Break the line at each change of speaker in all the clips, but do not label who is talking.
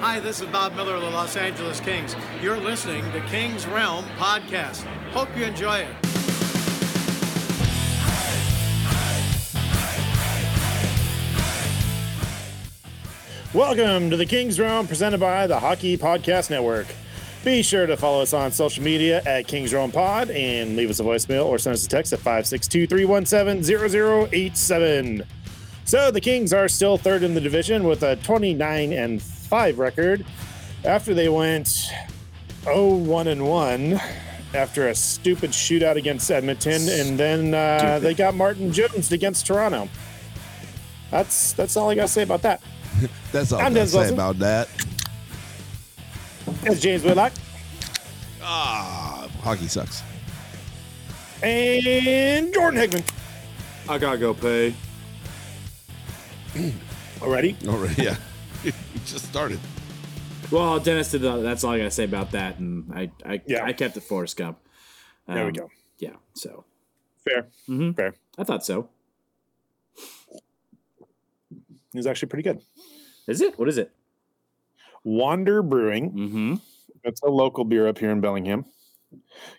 Hi, this is Bob Miller of the Los Angeles Kings. You're listening to King's Realm Podcast. Hope you enjoy it.
Welcome to the Kings Realm presented by the Hockey Podcast Network. Be sure to follow us on social media at Kings Realm Pod and leave us a voicemail or send us a text at 562 317 0087. So the Kings are still third in the division with a 29 and 5 record after they went 0 1 and 1 after a stupid shootout against Edmonton and then uh, they got Martin Jones against Toronto. That's that's all I got to say about that.
That's all
I'm
I'm going
Denzel
to say
Smith.
about that.
That's James Whitlock
Ah, hockey sucks.
and Jordan Hickman.
I gotta go pay.
Already?
Already, Oh, yeah. it just started.
Well, Dennis did. The, that's all I gotta say about that, and I, I,
Yeah.
I kept it Forrest Gump.
There we
Um,
go.
Yeah. So
Fair.
Mhm.
Fair.
I thought so.
It was actually pretty good.
Is it? What is it?
Wander Brewing.
Mm-hmm.
That's a local beer up here in Bellingham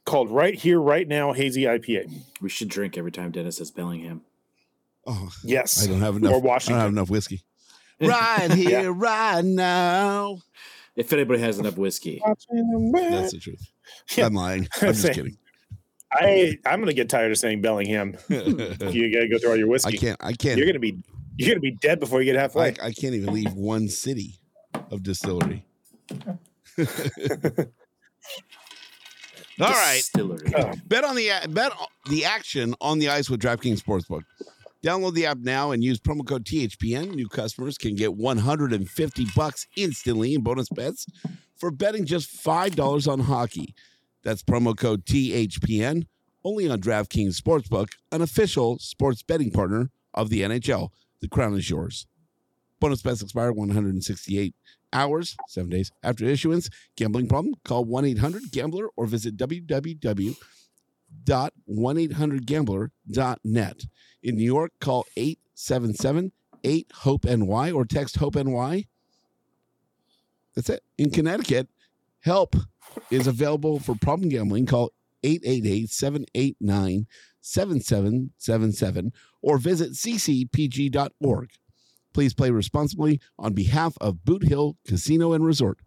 called Right Here, Right Now Hazy IPA.
We should drink every time Dennis says Bellingham.
Oh,
Yes.
I don't have enough.
Or Washington.
I don't have enough whiskey. Right here, right now.
If anybody has enough whiskey,
That's the truth.
Yeah.
I'm lying. I'm just
Same.
kidding.
I, I'm going to get tired of saying Bellingham.
I
You got to go through all your whiskey.
can't. I
You're
can't.
going to be you're going to be dead before you get halfway.
I, I can't even leave one city of distillery. All right.
Distillery.
Oh.
Bet on the bet on the action on the ice with DraftKings Sportsbook. Download the app now and use promo code THPN. New customers can get 150 bucks instantly in bonus bets for betting just $5 on hockey. That's promo code THPN only on DraftKings Sportsbook, an official sports betting partner of the NHL. The crown is yours. Bonus bets expire 168 hours, 7 days after issuance. Gambling problem? Call 1-800-GAMBLER or visit www E dot one eight hundred gambler dot net. In New York, call 877 8 Hope NY E or text Hope NY. E That's it. In Connecticut, help is available for problem gambling. Call 888 789 7777 or visit ccpg.org. Please play responsibly on behalf of Boot Hill Casino and Resort.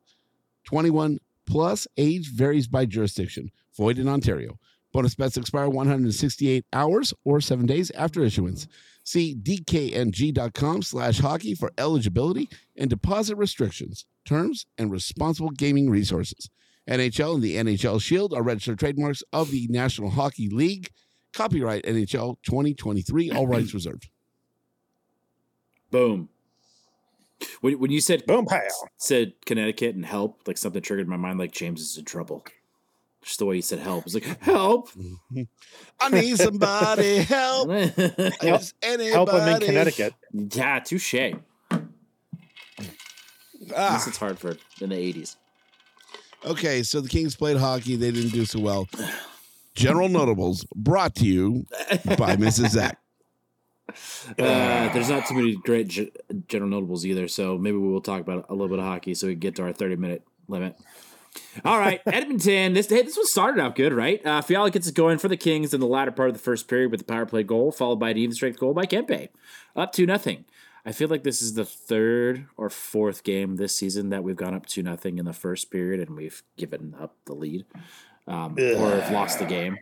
21 plus age varies by jurisdiction. Void in Ontario. Bonus bets expire 168 hours or seven days after issuance. See dkng.com slash hockey for eligibility and deposit restrictions, terms, and responsible gaming resources. NHL and the NHL Shield are registered trademarks of the National Hockey League. Copyright NHL 2023, all rights reserved.
Boom. When, when you said
Boom pow.
said Connecticut and help, like something triggered my mind. Like James is in trouble. Just the way he said help. It's like help.
I need somebody help.
yeah,
Is anybody.
Help him in Connecticut.
touche. At least
Ah,
it's Hartford in the eighties.
okay, so the Kings played hockey. They didn't do so well. General Notables brought to you by Mrs. Zach.
Uh, there's not too many great ge- general notables either, so maybe we will talk about a little bit of hockey so we can get to our 30 minute limit. All right, Edmonton. This hey, this one started out good, right? Uh, Fiala gets it going for the Kings in the latter part of the first period with the power play goal, followed by an even strength goal by Kempe, up to nothing. I feel like this is the third or fourth game this season that we've gone up to nothing in the first period and we've given up the lead um, or have lost the game.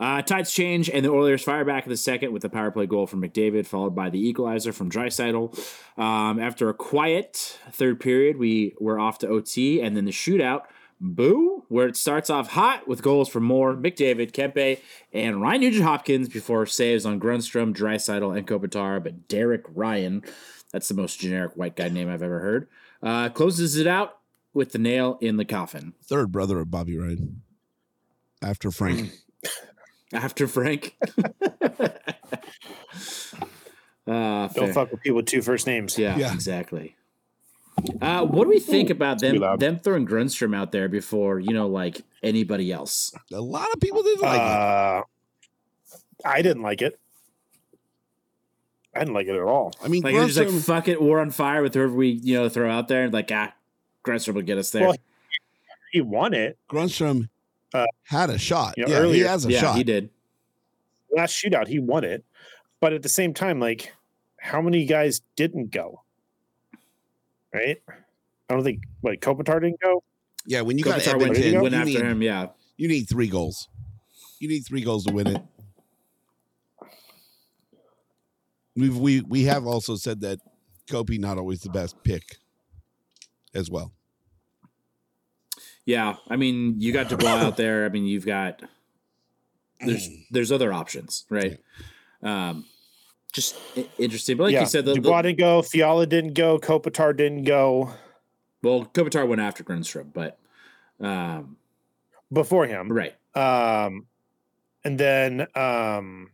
Uh, tides change, and the Oilers fire back in the second with the power play goal from McDavid, followed by the equalizer from Dreisaitl. Um, after a quiet third period, we were off to OT, and then the shootout, boo, where it starts off hot with goals from Moore, McDavid, Kempe, and Ryan Nugent Hopkins before saves on Grunstrom, Dreisaitl, and Kopitar, but Derek Ryan, that's the most generic white guy name I've ever heard, uh, closes it out with the nail in the coffin.
Third brother of Bobby Ryan. After Frank.
After Frank. uh,
Don't
fair.
fuck with people with two first names.
Yeah,
Yeah.
exactly. Uh, what do we think about them
too loud.
them throwing Grunstrom out there before you know like anybody else?
A lot of people didn't like it.
uh, I didn't like it. I didn't like it at all.
I mean,
Like they're just like
Grunstrom,
fuck it, we're on fire with whoever we you know throw out there. Like ah, Grunstrom will get us there.
Well, He won it
Grunstrom
Uh,
had a shot.
you know,
yeah, he
earlier-
has a
yeah,
shot.
he did.
last shootout. He won it, but at the same time, like, how many guys didn't go? Right. I don't think like Kopitar didn't go.
Yeah, when you got
Kopitar went,
Edmonton,
went
you
after
need,
him. Yeah,
you need three goals. You need three goals to win it. We've, we we have also said that Kopi not always the best pick as well.
yeah. I mean, you got Dubois out there. I mean, you've got there's there's other options, right? Um, just i- interesting. But like
yeah.
you said, the, the-
Dubois didn't go. Fiala didn't go. Kopitar didn't go
well, Kopitar went after Grunstrom, but um,
before him.
right.
Um, and then um,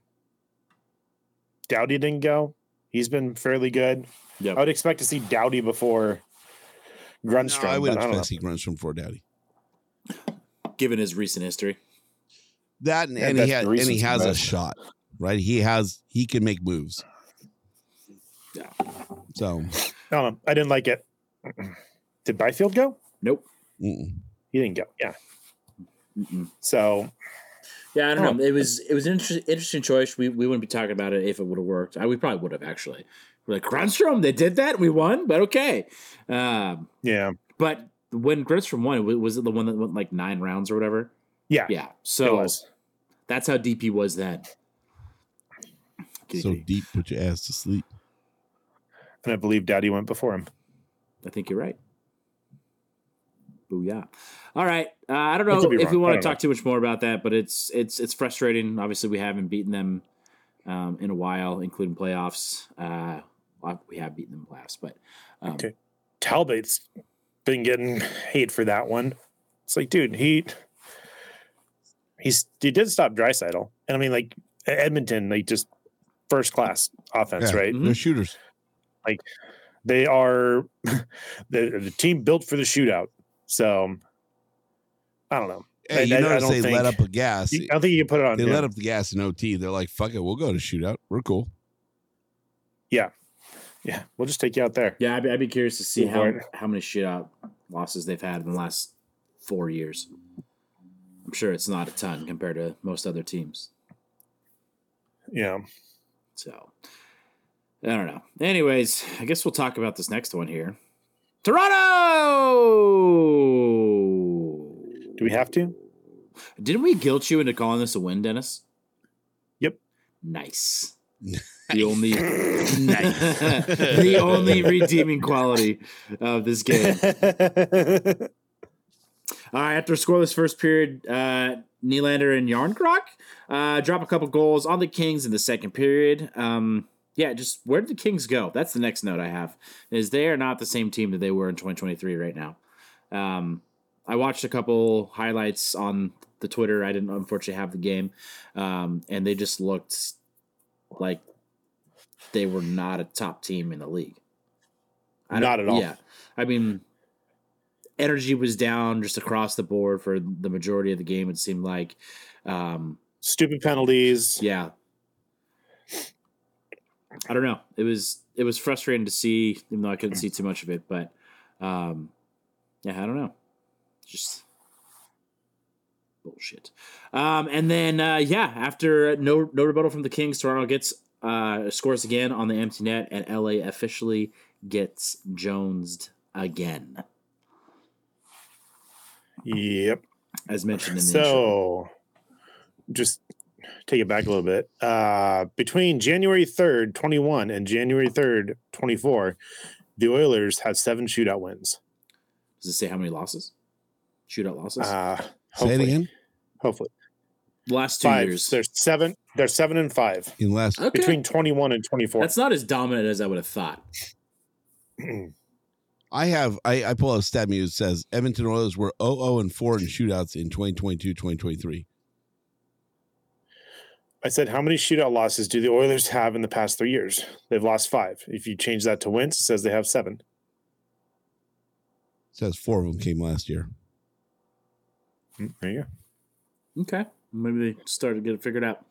Dowdy didn't go. He's been fairly good.
Yep.
I would expect to see Dowdy before Grunstrom.
No, I would
but I
expect
don't know.
to see Grunstrom for Daddy.
given his recent history.
That and,
Yeah,
and
that's
he has
the
and he
reasons
has a
best.
shot, right? He has he can make moves.
Yeah.
So
I don't know. I didn't like it. Did Byfield go?
Nope.
mm-mm.
He didn't go. Yeah. So
Yeah, I don't know. It was it was an inter- interesting choice. We we wouldn't be talking about it if it would have worked. I, we probably would have actually. We're like Grunstrom, they did that. We won, but okay. Um,
yeah,
but when Grunstrom won, wa- was it the one that went like nine rounds or whatever?
yeah,
Yeah.
it
So
was.
that's how DP was then.
so deep, put your ass to sleep.
And I believe Dowdy went before him.
I think you're right. Booyah. All right. Uh, I don't know
I could
if
be
we
wrong. I
want to
don't
talk too much more about that, but it's it's it's frustrating. Obviously, we haven't beaten them um, in a while, including playoffs. Uh, well, we have beaten them in playoffs, but um,
Okay. Talbot's been getting hate for that one. It's like, dude, he he's he did stop Drysidle. And I mean like Edmonton, like just first class offense,
Yeah, Mm-hmm.
right?
They're shooters.
They are the, the team built for the shootout. So I don't know.
Hey,
I-
you
I
notice
don't
they let
think-
up a gas.
I don't think you can put it on.
They
yeah.
let up the gas in OT. They're like, "Fuck it, we'll go to shootout. We're cool."
yeah, we'll just take you out there.
yeah, I'd, be- I'd be curious to see
Go
how
for it.
how many shootout losses they've had in the last four years. I'm sure it's not a ton compared to most other teams.
Yeah.
So I don't know. Anyways, I guess we'll talk about this next one here. Toronto.
Do we have to?
Didn't we guilt you into calling this a win, Dennis?
Yep.
Nice. The only the only redeeming quality of this game. All right, after a scoreless first period, uh, Nylander and Yarncroc uh, drop a couple goals on the Kings in the second period. Um, yeah, just where did the Kings go? That's the next note I have. Is they are not the same team that they were in 2023 right now. Um, I watched a couple highlights on the Twitter. I didn't unfortunately have the game, um, and they just looked like they were not a top team in the league. don't-
Not at all.
Yeah, I mean, energy was down just across the board for the majority of the game. It seemed like, um,
Stupid penalties.
yeah. I don't know. It was it was frustrating to see, even though I couldn't see too much of it. But um, yeah, I don't know. Just bullshit. Um, and then uh, yeah, after no no rebuttal from the Kings, Toronto gets uh, scores again on the empty net, and LA officially gets jonesed again,
Yep.
as mentioned in the intro.
So just take it back a little bit. Uh, between January 3rd, 21 and January 3rd, 24, the Oilers have seven shootout wins.
Does it say how many losses? Shootout losses?
Uh,
Say it
hopefully,
again.
hopefully.
Last two
Five.
years.
They're seven. They're seven and five
In last,
Okay.
between 21 and 24.
That's not as dominant as I would have thought.
I have I, I pull up stat muse says Edmonton Oilers were 0 and 4 in shootouts in 2022-2023.
I said, how many shootout losses do the Oilers have in the past three years? They've lost five. If you change that to wins, it says they have seven.
Says four of them came last year.
Mm, There you go.
Okay. Maybe they started to get it figured out.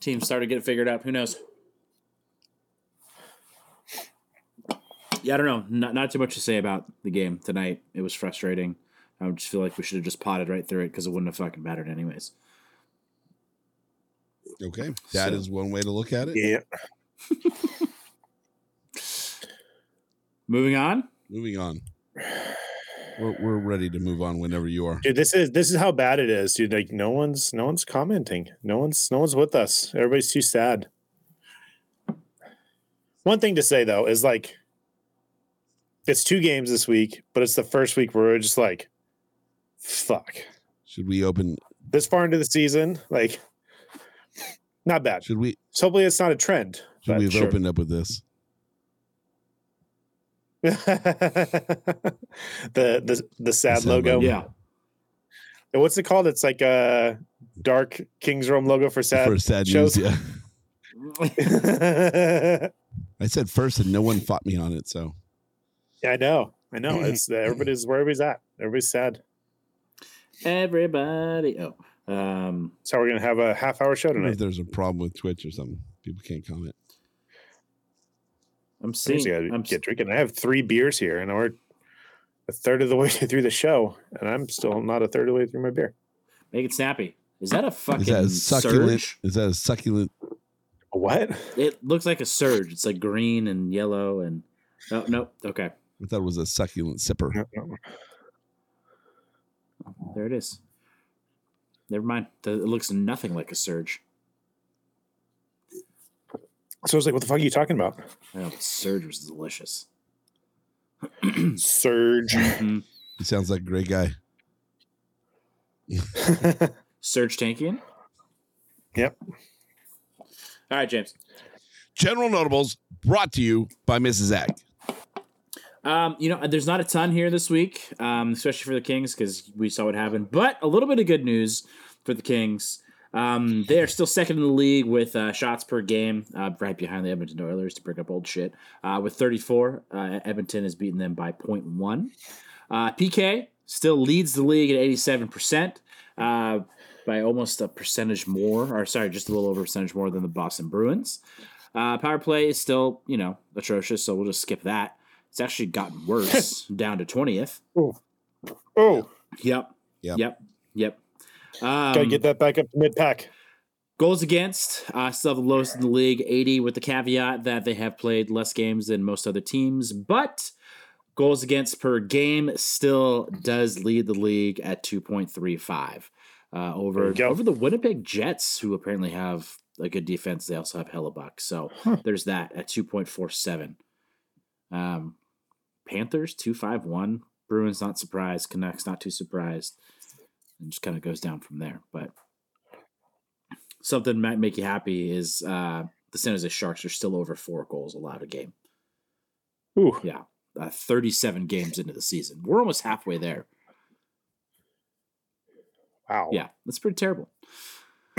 Team started to get it figured out. Who knows? Yeah, I don't know. Not, not too much to say about the game tonight. It was frustrating. I just feel like we should have just potted right through it because it wouldn't have fucking mattered anyways.
Okay. that
So-
is one way to look at it.
Yeah.
Moving on.
Moving on. We're, we're ready to move on whenever you are.
dude this is this is how bad it is dude like no one's no one's commenting no one's no one's with us everybody's too sad one thing to say though is like it's two games this week but it's the first week where we're just like fuck
Should we open
this far into the season like not bad
should we
so hopefully it's not a trend
should
but
we have
sure.
opened up with this?
the the the sad
sad
logo
logo.
Yeah.
what's it called it's like a dark king's Room logo for sad
First sad
shows.
news. Yeah.
yeah,
I said first and no one fought me on it, so
I know. I know. It's uh, everybody's where everybody's at. Everybody's sad.
Everybody. Oh. Um,
So we're gonna have a half hour show
I don't know if
tonight.
there's a problem with Twitch or something. People can't comment.
I'm
I just
seeing.
gotta
I'm, s-
get drinking. I have three beers here, and we're a third of the way through the show, and I'm still not a third of the way through my beer.
make it snappy. Is that a fucking
Is that a succulent?
surge?
Is that a succulent?
What?
It looks like a surge. It's like green and yellow and. Oh, no. Okay.
I thought it was a succulent sipper.
No, no.
There it is. Never mind. Th- It looks nothing like a surge.
So I was like, "What the fuck are you talking about?"
Oh, the surge was delicious. Hmm.
Surge.
Mm.
He sounds like a great guy.
Surge Tankian?
Yep.
All right, James.
General Notables brought to you by Mrs. Ag.
Um, you know, there's not a ton here this week, um, especially for the Kings because we saw what happened. But a little bit of good news for the Kings. Um, they are still second in the league with uh, shots per game, uh, right behind the Edmonton Oilers to bring up old shit. Uh, with 34, uh, Edmonton has beaten them by 0.1. Uh, PK still leads the league at 87%, uh, by almost a percentage more, or sorry, just a little over a percentage more than the Boston Bruins. Uh, power play is still, you know, atrocious, so we'll just skip that. It's actually gotten worse, down to 20th.
Oh,
Yep.
Yep.
Yep. Yep. Um,
gotta get that back up to mid pack.
Goals against, uh, still the lowest in the league, 80, with the caveat that they have played less games than most other teams. But goals against per game still does lead the league at 2.35 uh,
There
over
you go.
over the Winnipeg Jets, who apparently have a good defense. They also have Hellebuck. So there's that at 2.47. Um, Panthers, 2.51. Bruins, not surprised. Canucks, not too surprised. And just kind of goes down from there. But something that might make you happy is uh, the San Jose Sharks are still over four goals allowed a game.
Ooh,
Yeah, uh, 37 games into the season. We're almost halfway there.
wow.
Yeah, that's pretty terrible.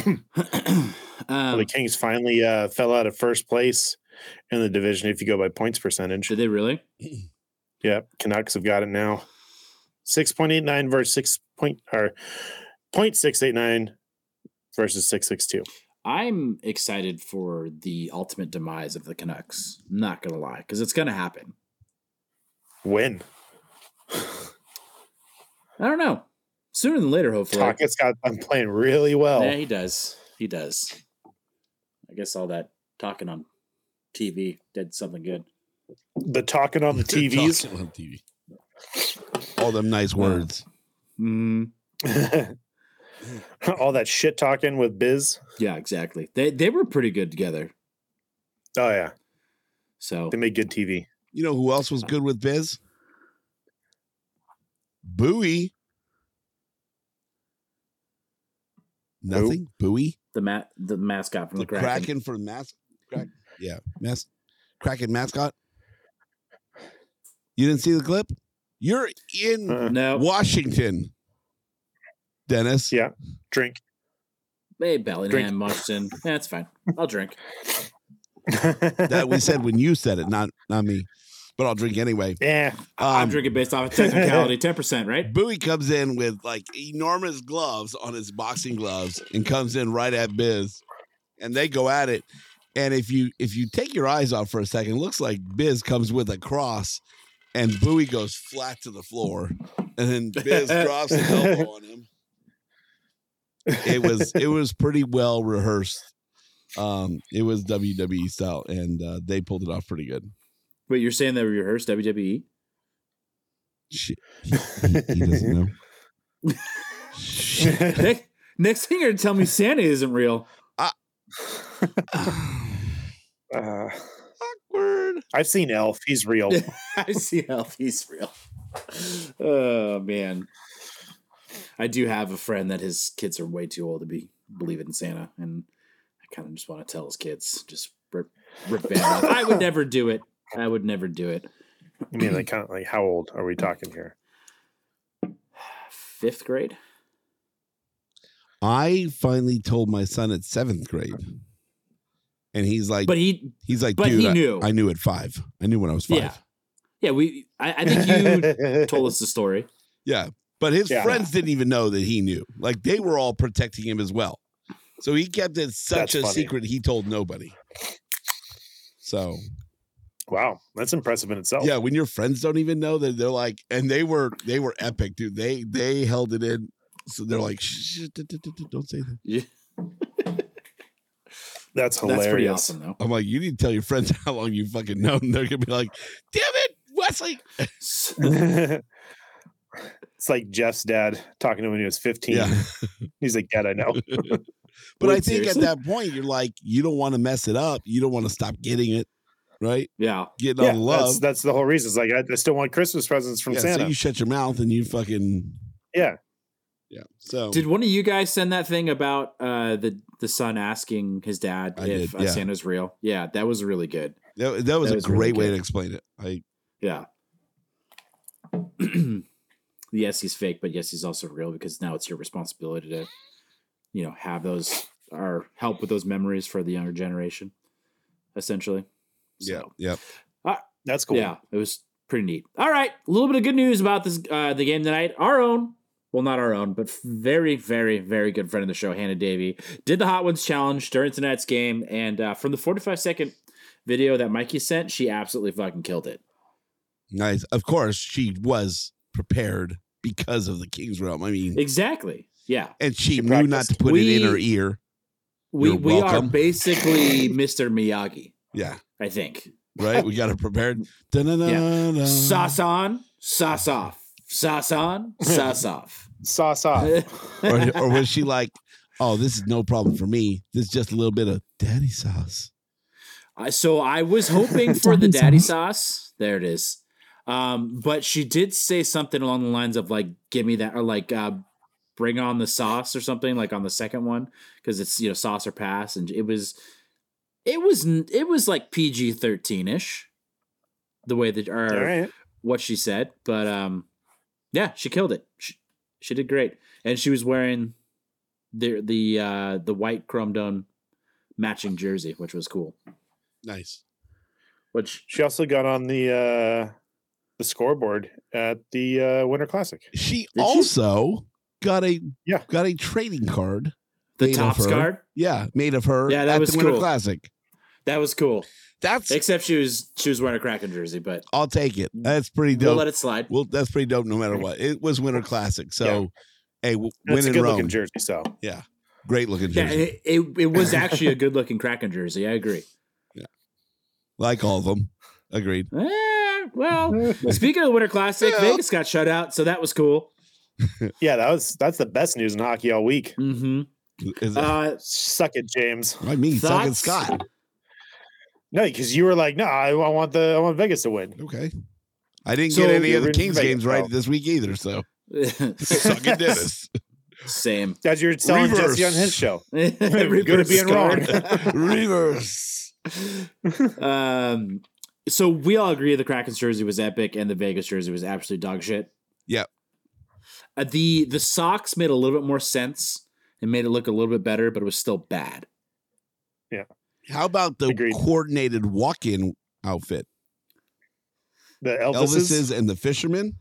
Well,
um,
the Kings finally uh, fell out of first place in the division if you go by points percentage.
should they really?
Yep, Canucks have got it now. Six point eight nine versus six point or point six eight nine versus six six two.
I'm excited for the ultimate demise of the Canucks. Not gonna lie, because it's gonna happen.
Win.
I don't know. Sooner than later, hopefully.
Talkett's got them playing really well.
Yeah, he does. He does. I guess all that talking on TV did something good.
The talking on the TVs.
Talking on TV. All them nice words.
Mm-hmm.
All that shit talking with Biz.
Yeah, exactly. They they were pretty good together.
Oh yeah,
So
they made good TV.
You know who else was good with Biz? Bowie. Nothing. Bowie.
the mat the mascot from
The
the, Kraken.
Kraken for the mask. Crack, yeah, mask. Kraken mascot. You didn't see the clip? You're in
Uh,
No,
Washington, Dennis.
Yeah. drink.
hey Bellingham, Washington. That's fine. I'll drink.
That we said when you said it, not not me. But I'll drink anyway.
yeah.
I'm
Um,
drinking based off of technicality, ten percent, right?
Bowie comes in with like enormous gloves on his boxing gloves and comes in right at Biz, and they go at it. And if you if you take your eyes off for a second, it looks like Biz comes with a cross, and Bowie goes flat to the floor, and then Biz drops an elbow on him. It was it was pretty well rehearsed. Um, it was WWE style, and uh, they pulled it off pretty good.
But you're saying they rehearsed E? WWE?
Shit, he, he- he doesn't know.
Next- Next thing you're gonna tell me Santa isn't real.
Uh,
Awkward.
I've seen Elf. He's real.
I see how he's real. Oh man. I do have a friend that his kids are way too old to be believing in Santa, and I kind of just want to tell his kids just rip rip band off. I would never do it. I would never do it.
I mean, like, kind of like, how old are we talking here?
Fifth grade.
I finally told my son at seventh grade, and he's like,
But he
he's like,
but
dude,
he
I-
knew.
I, knew at five. I knew when I was five.
Yeah. Yeah, we I, I think you told us the story.
Yeah. But his
Yeah.
friends didn't even know that he knew. Like they were all protecting him as well. So he kept it such
That's
a
funny.
secret he told nobody. So
Wow, that's impressive in itself.
Oh.
yeah, when your friends don't even know that they're like, and they were they were epic, dude. They they held it in. So they're like, "Shh, shh, d- d- d- d- don't say that.
Yeah,
that's
that's pretty
hilarious.
awesome though.
I'm like, you need to tell your friends how long you fucking know. And they're gonna be like, damn it, Wesley.
it's like Jeff's dad talking to him when he was 15.
Yeah.
He's like, Dad, I know.
But I
Wait,
think
seriously?
at that point, you're like, you don't want to mess it up. You don't want to stop getting it, right?
Yeah.
Getting
yeah,
all the
that's,
love.
that's the whole reason. It's like, I, I still want Christmas presents from
yeah,
Santa.
so you shut your mouth and you fucking.
Yeah.
Yeah. So
Did one of you guys send that thing about uh, the the son asking his dad
I
if
did,
uh,
yeah.
Santa's real? Yeah, that was really good.
that, that was
that
a
was really
great way
good.
to explain it. I
Yeah. yes, he's fake, but yes, he's also real because now it's your responsibility to, you know, have those or help with those memories for the younger generation, essentially.
yeah
So,
yeah.
That's cool.
Yeah, it was pretty neat. All right, a little bit of good news about this uh, the game tonight. Our own, well, not our own, but very, very, very good friend of the show, Hannah Davey, did the Hot Ones challenge during tonight's game, and uh, from the forty-five second video that Mikey sent, she absolutely fucking killed it.
Nice. Of course, she was prepared because of the King's Realm. I mean,
Exactly. Yeah.
and she,
She
knew not to put it in her
We-
ear.
We
You're
we are
welcome.
basically Mr. Miyagi,
Yeah.
I think.
Right. We got her prepared. Da-na-na-na.
Sauce on, sauce off. Sauce on, sauce off.
Sauce off.
or, or was she like, oh, this is no problem for me. This is just a little bit of daddy sauce.
I- so I was hoping for the daddy sauce. There it is. Um, but she did say something along the lines of like, "Give me that," or like, uh, "Bring on the sauce" or something like on the second one because it's you know sauce or pass, and it was, it was, n- it was like PG thirteen ish, the way that or
All right.
what she said, but um, yeah, she killed it. She, she did great, and she was wearing the the uh, the white chrome dome matching jersey, which was cool.
Nice.
Which
She also got on the uh, the scoreboard at the uh, Winter Classic.
She
she?
also got a
Yeah.
got a trading card.
the
made of
tops
her.
card
Yeah, made of her.
Yeah, that
at
was
the Winter
cool.
Classic.
that was cool.
That's
Except she was she was wearing a Kraken jersey, but
I'll take it. That's pretty
we'll
dope.
let it slide.
well, that's pretty dope. No matter what, it was Winter Classic. So, hey, w-
That's
win
a
in
good
Rome.
looking jersey. So
Great looking
Yeah,
jersey.
it, it, it was actually a good looking Kraken jersey. I agree.
Like all of them. Agreed.
Eh, well, speaking of the Winter Classic,
Yeah.
Vegas got shut out, so that was cool.
Yeah, that was that's the best news in hockey all week.
Mm-hmm.
Is it-
Uh,
Suck it, James.
Why me? Sucking
thoughts?
Scott.
No, because you were like, no, I, I want the I want Vegas to win.
Okay. I didn't
So-
get any
You're
of the
rooting for
Kings
Vegas,
games right
though.
this week either. So sucking Dennis.
same.
As you're telling
Reverse.
Jesse on his show.
Reverse
Good at being
card.
Reverse.
um, so we all agree the Kraken's jersey was epic, and the Vegas jersey was absolute dog shit.
Yep.
Uh, the the socks made a little bit more sense and made it look a little bit better, but it was still bad.
How about the
Agreed.
coordinated walk-in outfit?
The
Oh,
Elvises.
Elvis's and the fisherman.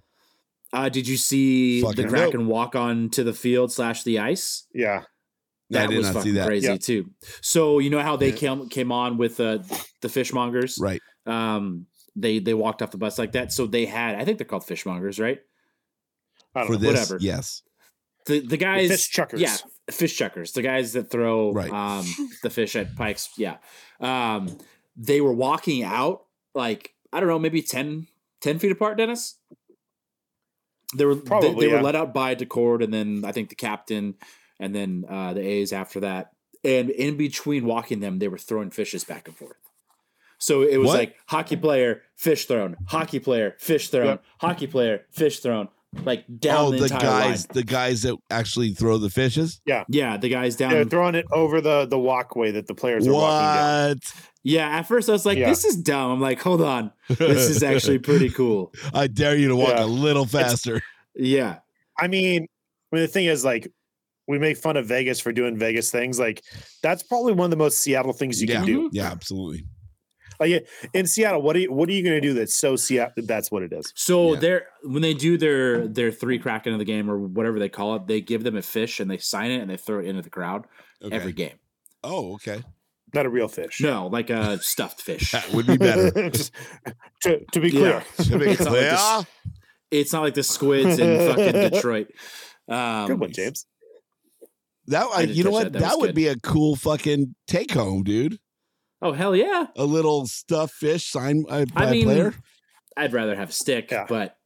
Uh, did you see
Fucking
the Kraken walk on to the field slash the ice?
Yeah.
I did
was
not see
fucking
that.
crazy
Yeah.
too. So you know how they
Yeah.
came came on with uh, the fishmongers,
Right.
Um, they they walked off the bus like that. So they had, I think they're called fishmongers, right?
I
For
don't know.
this,
whatever.
yes.
The the guys
fish chuckers.
yeah, fish chuckers, the guys that throw
Right.
um, the fish at pikes. Yeah, um, they were walking out like I don't know, maybe 10, 10 feet apart. Dennis. They were they- they,
Probably, yeah.
were let out by Decord, and then I think the captain, and then uh, the A's after that. And in between walking them, they were throwing fishes back and forth. So it was
What?
like hockey player, fish thrown, hockey player, fish thrown, hockey player, fish thrown, like down
oh,
the,
the,
entire
guys,
line.
the guys that actually throw the fishes.
Yeah, the guys down.
Um,
They're throwing it over the the walkway that the players are walking down.
What?
Yeah, at first I was like,
Yeah.
this is dumb. I'm like, hold on. This is actually pretty cool.
I dare you to walk
Yeah.
a little faster.
Yeah.
I mean, I mean the thing is like we make fun of Vegas for doing Vegas things. Like that's probably one of the most Seattle things you
yeah.
can
Mm-hmm.
do.
Yeah, absolutely.
Like in Seattle, what are you what are you going to do that's so Seattle? That's what it is.
So
Yeah.
they're when they do their their three kraken of the game or whatever they call it, they give them a fish and they sign it and they throw it into the crowd
Okay.
every game.
oh, okay.
Not a real fish.
No, like a stuffed fish.
That would be better.
Just to, to be
Yeah.
clear,
To be
It's not like
clear.
this- It's not like the squids in fucking Detroit. Um,
good one, James.
That
I didn't
you know
catch
what?
that.
That,
That was
would
good.
be a cool fucking take home, dude.
Oh hell yeah!
A little stuffed fish signed by, by
I
a
mean,
player.
I'd rather have a stick,
Yeah.
but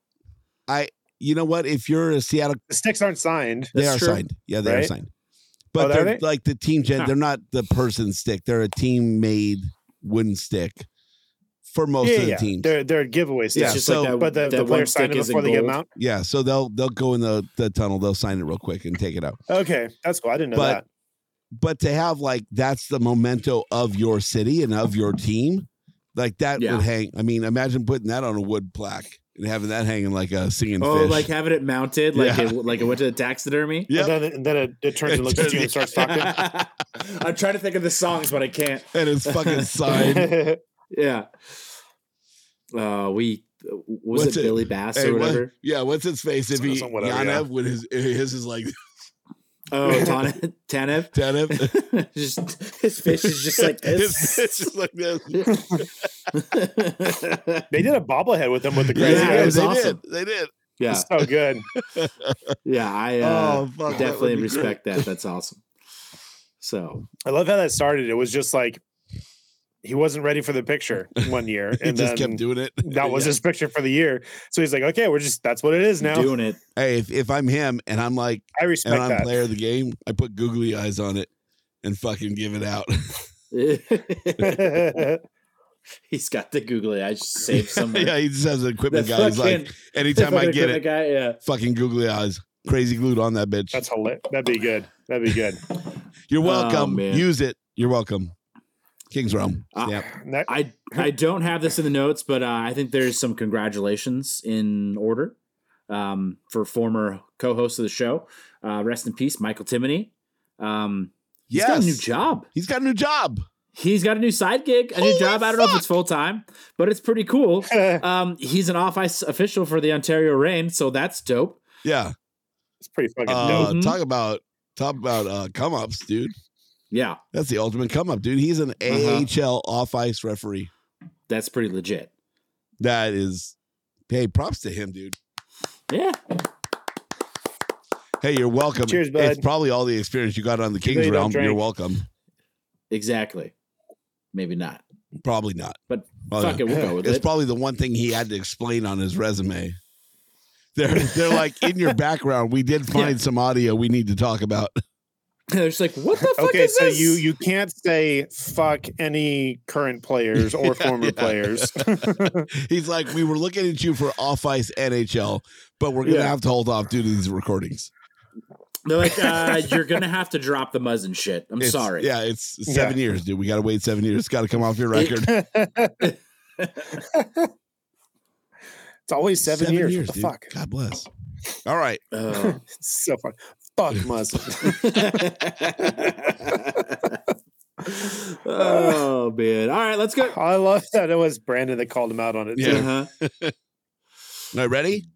You know what? If you're a Seattle,
The sticks aren't signed.
they
That's
are
true.
signed. Yeah, they are
Right?
signed. But
Oh,
they're
are they?
like the team gen.
Huh.
They're not the person stick. They're a team made wooden stick for most
yeah,
of the
yeah.
teams.
They're they're giveaway
it's
Yeah,
sticks.
just
so-
like that.
but the,
that
the
one
players
stick
sign them
is in
before they get them
gold.
out.
Yeah, so they'll they'll go in the the tunnel. They'll sign it real quick and take it out.
Okay, that's cool. I didn't know
But-
that.
But to have like that's the memento of your city and of your team, like that
Yeah.
would hang. I mean, imagine putting that on a wood plaque and having that hanging like a singing
Oh,
fish.
like having it mounted, like
Yeah.
it, like it went to the taxidermy.
Yep.
And then, and then it, it turns and looks at you and starts talking.
I'm trying to think of the songs, but I can't.
and it's fucking signed.
Yeah. Uh, we was
What's
it
it?
Billy Bass
Hey,
or
what-
whatever?
yeah, what's his face? If he
Some- whatever,
Yanev
yeah.
with his his is like
Oh, Tanev. Tanev.
Tanev.
just his fish is just like
his
this.
fish is like this.
they did a bobblehead with them with the
Yeah,
crazy
it
guys.
was
they
awesome.
did. They did.
yeah,
So good.
yeah. I uh,
oh fuck, that
definitely
would be
respect that. That's awesome. So
I love how that started. It was just like he wasn't ready for the picture one year,
Great. He
and
just
then
kept doing it.
that was his picture for the year. So he's like, okay, we're just that's what it is now.
doing it.
Hey, if, if I'm him and I'm like
I
and
respect
I'm
that.
player of the game, I put googly eyes on it and fucking give it out.
He's got the googly eyes. Just saved somewhere.
yeah, he just has an
The
equipment guy. He's like,
fucking-
anytime I
fucking
get
equipment
it,
guy, yeah.
fucking googly eyes, crazy glued on that bitch.
That's hilarious. That'd be good. That'd be good.
You're
Oh,
welcome.
man.
Use it. You're welcome. King's Realm.
Ah.
yeah.
And that-
I I don't have this in the notes, but uh, I think there's some congratulations in order um, for former co-host of the show. Uh, rest in peace, Michael Timoney. Um, he's
Yes.
got a new job.
He's got a new job.
He's got a new side gig, a new job. I don't know if it's full time, but it's pretty cool. um, he's an off-ice official for the Ontario Reign, so that's dope.
Yeah.
it's pretty fucking
Uh,
dope.
Mhm.
Talk about talk about uh, come ups, dude.
Yeah,
That's the ultimate come up, dude. He's an
Uh-huh.
AHL off ice referee.
that's pretty legit.
That is, hey, props to him, dude.
Yeah,
Hey, you're welcome.
Cheers, bud.
It's probably all the experience you got on the
though
King's
you don't
Realm. You're
drink.
welcome.
exactly. Maybe not.
Probably not.
But
Oh,
fuck
yeah.
it, we'll go with
It's
it.
probably the one thing he had to explain on his resume. They're they're like in your background. We did find some audio we need to talk about.
They're just like, what the fuck
Okay,
is
so
this?
you you can't say fuck any current players or former players.
He's like, we were looking at you for off ice NHL, but we're gonna
Yeah.
have to hold off due to these recordings.
They're like, uh, you're gonna have to drop the muzz and shit. I'm
It's-
sorry.
Yeah, it's seven years, dude. We gotta wait seven years. It's gotta come off your
It-
record.
It's always seven, years. What the
dude.
fuck?
God bless. All right.
Oh.
It's so fun. Fuck Muslim.
oh man. All right, let's go.
I love that it was Brandon that called him out on it.
Yeah.
Yeah.
Uh-huh.
All right, ready?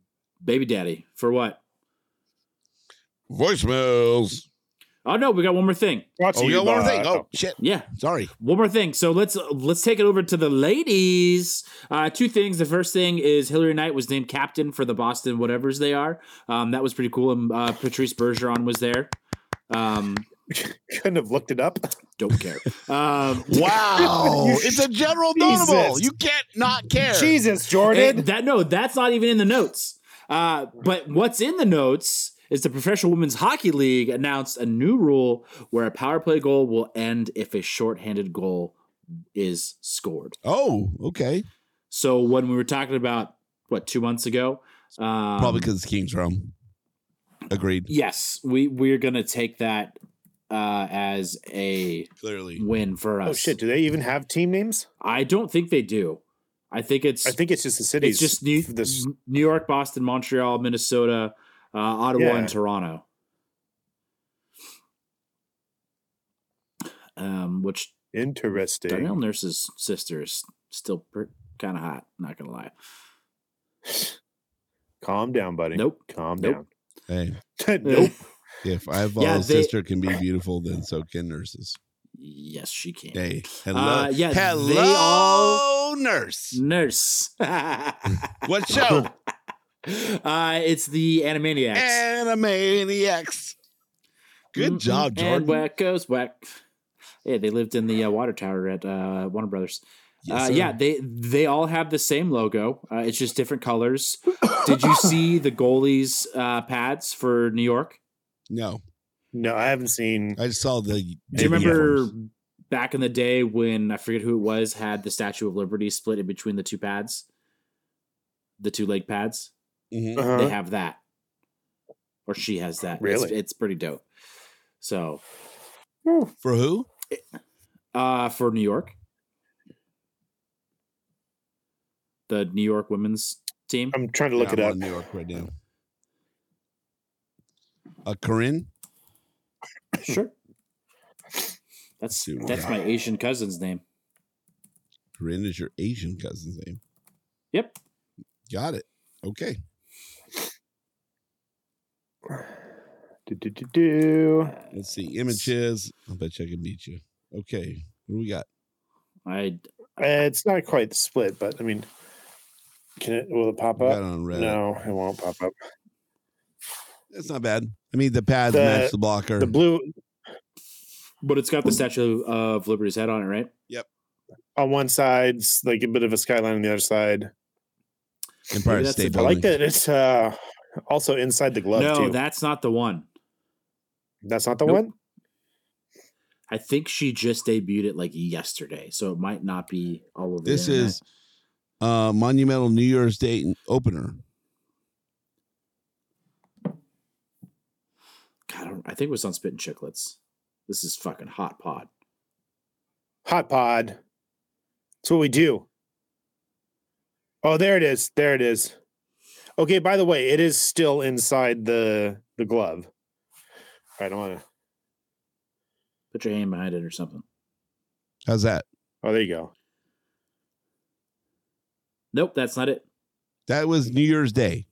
Baby daddy. For what?
Voicemails.
Oh no, we got one more thing.
Oh, we got one more thing. Oh shit.
Yeah.
Sorry.
One more thing. So let's let's take it over to the ladies. Uh, two things. The first thing is Hillary Knight was named captain for the Boston whatever's they are. Um, that was pretty cool. And uh, Patrice Bergeron was there. Um,
couldn't have looked it up.
don't care. Um,
Wow. it's a general notable.
Jesus.
You can't not care.
Jesus, Jordan.
and that no, that's not even in the notes. Uh, but what's in the notes is the Professional Women's Hockey League announced a new rule where a power play goal will end if a shorthanded goal is scored.
Oh, okay.
So when we were talking about what two months ago, um,
Probably because it's King's Realm. Agreed.
yes, we we're gonna take that uh, as a
Clearly.
win for us.
oh shit, do they even have team names?
I don't think they do. I think it's
I think it's just the cities.
it's just New,
this
New York, Boston, Montreal, Minnesota, uh, Ottawa,
Yeah.
and Toronto. Um, which Darnell
interesting.
Nurse's sister is still kind of hot. Not gonna lie.
Calm down, buddy.
Nope. Uh,
Calm
Nope.
down.
Hey,
nope.
if I
Yeah,
Ival's
they-
sister can be beautiful, then so can nurses.
yes, she can.
Hey, hello.
Uh, yeah, they
hello,
all-
nurse.
Nurse.
What show?
Uh, it's the Animaniacs.
Animaniacs. Eh, Good
Mm,
job,
mm, And
Jordan.
whack goes whack. Yeah, they lived in the uh, water tower at uh, Warner Brothers.
Yes,
uh,
sir.
yeah, they they all have the same logo. Uh, it's just different colors. Did you see the goalies' uh, pads for New York?
No,
No, I haven't seen
I just saw the.
Do you remember back in the day when I forget who it was had the Statue of Liberty split in between the two pads, the two leg pads?
Mhm.
uh
They have that, or she has that. It's-
Really?
it's pretty dope. So
For who?
Uh, for New York, the New York women's team.
I'm trying to look
Yeah,
it
I'm
up.
on New York right now. Uh, Corinne?
sure, that's
Dude,
that's
wow.
my Asian cousin's name.
Corinne is your Asian cousin's name.
Yep.
Got it. Okay.
Do, do, do, do.
Let's see. Images. I bet you I can beat you. Okay. What do we got?
I
Uh, it's not quite the split, but I mean, can it? Will it pop
We got it
up?
on Reddit.
No, it won't pop up.
That's not bad. I mean, the pads
The-
match the blocker.
The blue
but it's got the Statue of Liberty's head on it, right?
on one side's like a bit of a skyline on the other side.
Empire
Maybe that's
State
the-
I
Building.
like that it's uh, also inside the glove
no,
too.
that's not the one.
That's not the
Nope.
one.
I think she just debuted it like yesterday, so it might not be all over. the
This
internet.
is uh, Monumental New Year's Day opener.
God, I, don't, I think it was on Spitting Chicklets. This is fucking hot pod.
Hot pod. That's what we do. Oh, there it is. There it is. Okay. By the way, it is still inside the the glove. I don't want to.
Put your hand behind it or something.
How's that?
Oh, there you go.
Nope, that's not it.
That was New Year's Day.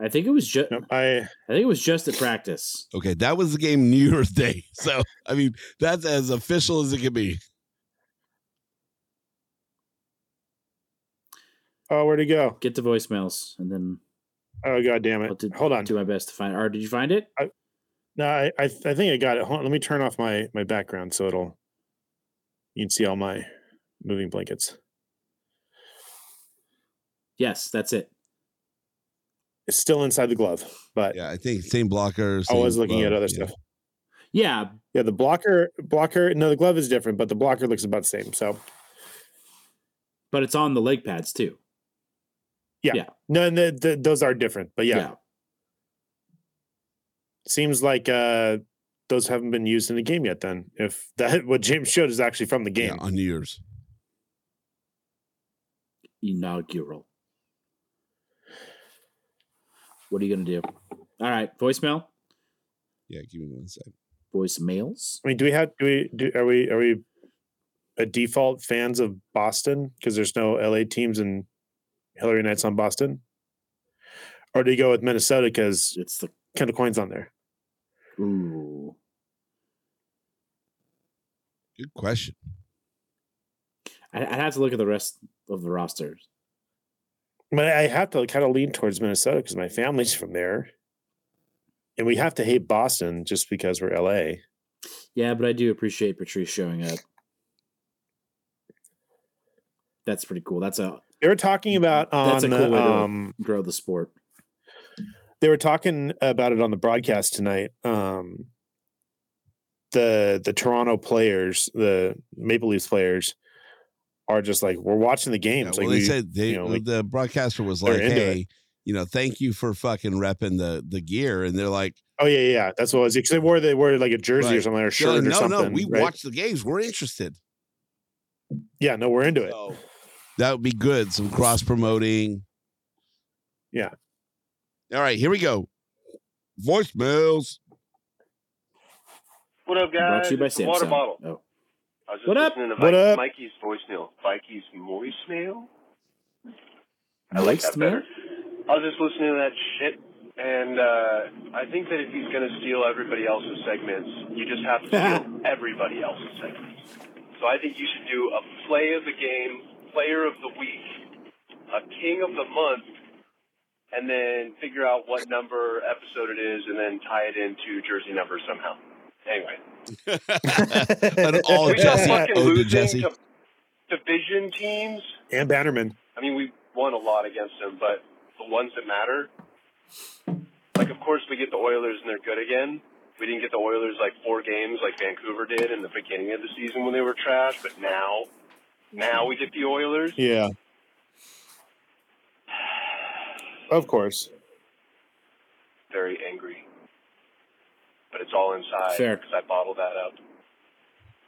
I think it was just.
Nope, I
I think it was just at practice.
Okay, that was the game New Year's Day. So I mean, that's as official as it could be.
oh, where'd it go?
Get the voicemails and then
Oh, god damn
I'll
it!
do,
Hold on.
do my best to find. Or did you find it?
No, I, I I think I got it. Hold on, let me turn off my my background so it'll. You can see all my moving blankets.
Yes, that's it.
It's still inside the glove, but
Yeah, I think same blocker.
I
same
was looking
glove,
at other
yeah.
stuff.
Yeah,
Yeah, the blocker, blocker. No, the glove is different, but the blocker looks about the same. So
but it's on the leg pads too.
no, and the, the, those are different. But yeah, seems like uh those haven't been used in the game yet. Then, if that what James showed is actually from the
Yeah,
game,
on New Year's.
Inaugural. What are you gonna do? All right, voicemail,
Yeah, give me one second.
voicemails.
I mean, do we have do we do are we are we a default fans of Boston because there's no LA teams and Hillary Knights on Boston, or do you go with Minnesota because
It's the
Kendall Coyne's on there?
ooh.
Good question.
I- I'd have to look at the rest of the roster.
But I have to kind of lean towards Minnesota because my family's from there, and we have to hate Boston just because we're LA.
Yeah, but I do appreciate Patrice showing up. That's pretty cool. That's a
They were talking
Mm-hmm.
about on
That's a cool
the,
way to-
um,
grow the sport.
they were talking about it on the broadcast tonight. Um, the the Toronto players, the Maple Leafs players, are just like we're watching the
Yeah,
games.
well,
like
they
we,
said they,
you know, we-
the broadcaster was
they're
like,
into it.
"Hey, you know, thank you for fucking repping the the gear," and they're like,
oh yeah, yeah, yeah, that's what it was. Because they wore they wore like a jersey or
Right.
something or a
they're
shirt
like,
or
"No,
something.
no, we
right?
watch the games. We're interested."
Yeah, no, we're into it.
So that would be good. Some cross promoting.
Yeah.
All right, here we go. Voicemails.
What up, guys?
Brought to you by
It's the Water
Samsung.
bottle.
Oh.
I was just
What up?
listening to
What up?
Mike- Mikey's voicemail. Mikey's voicemail.
I
like that better. I was just listening to that shit, and uh, I think that if he's going to steal everybody else's segments, you just have to steal everybody else's segments. So I think you should do a play of the game, player of the week, a king of the month, and then figure out what number episode it is, and then tie it into jersey number somehow. Anyway.
An all Oh,
we got
Jesse. Ode
fucking
to
losing
Jesse.
to division teams.
And Bannerman.
I mean, we won a lot against them, but the ones that matter, like of course we get the Oilers and they're good again. We didn't get the Oilers like four games like Vancouver did in the beginning of the season when they were trash, but now, now we get the Oilers.
Yeah. Of course.
Very angry, but it's all inside
Fair.
because I bottle that up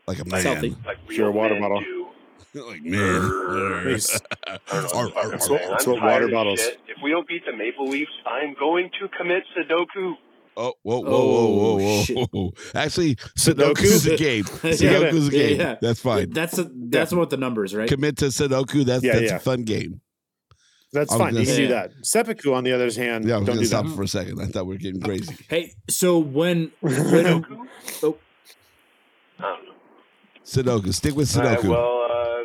Like a man.
It's healthy.
like real
Pure water
men
bottle.
do.
like man.
He's-
I don't know.
Arr, arr,
That's
arr.
what-
Man,
that's
I'm
what
tired
water
of
bottles-
Shit. If we don't beat the Maple Leafs, I'm going to commit Sudoku.
Oh, whoa, whoa, whoa, whoa, whoa,
shit.
whoa. Actually, Sudoku's a game. Sudoku's a
Yeah,
game.
yeah.
That's fine.
That's a, that's what the numbers, right?
Commit to Sudoku. That's
Yeah,
that's
yeah.
a fun game.
That's
I was
fine. You
gonna
can do
say-
that. Seppuku, on the other hand,
Yeah, I was
don't
gonna
do
stop
that.
for a second. I thought we were getting crazy.
Hey, so when when oh,
I don't know.
Sudoku. Stick with
All right,
Sudoku.
well, uh,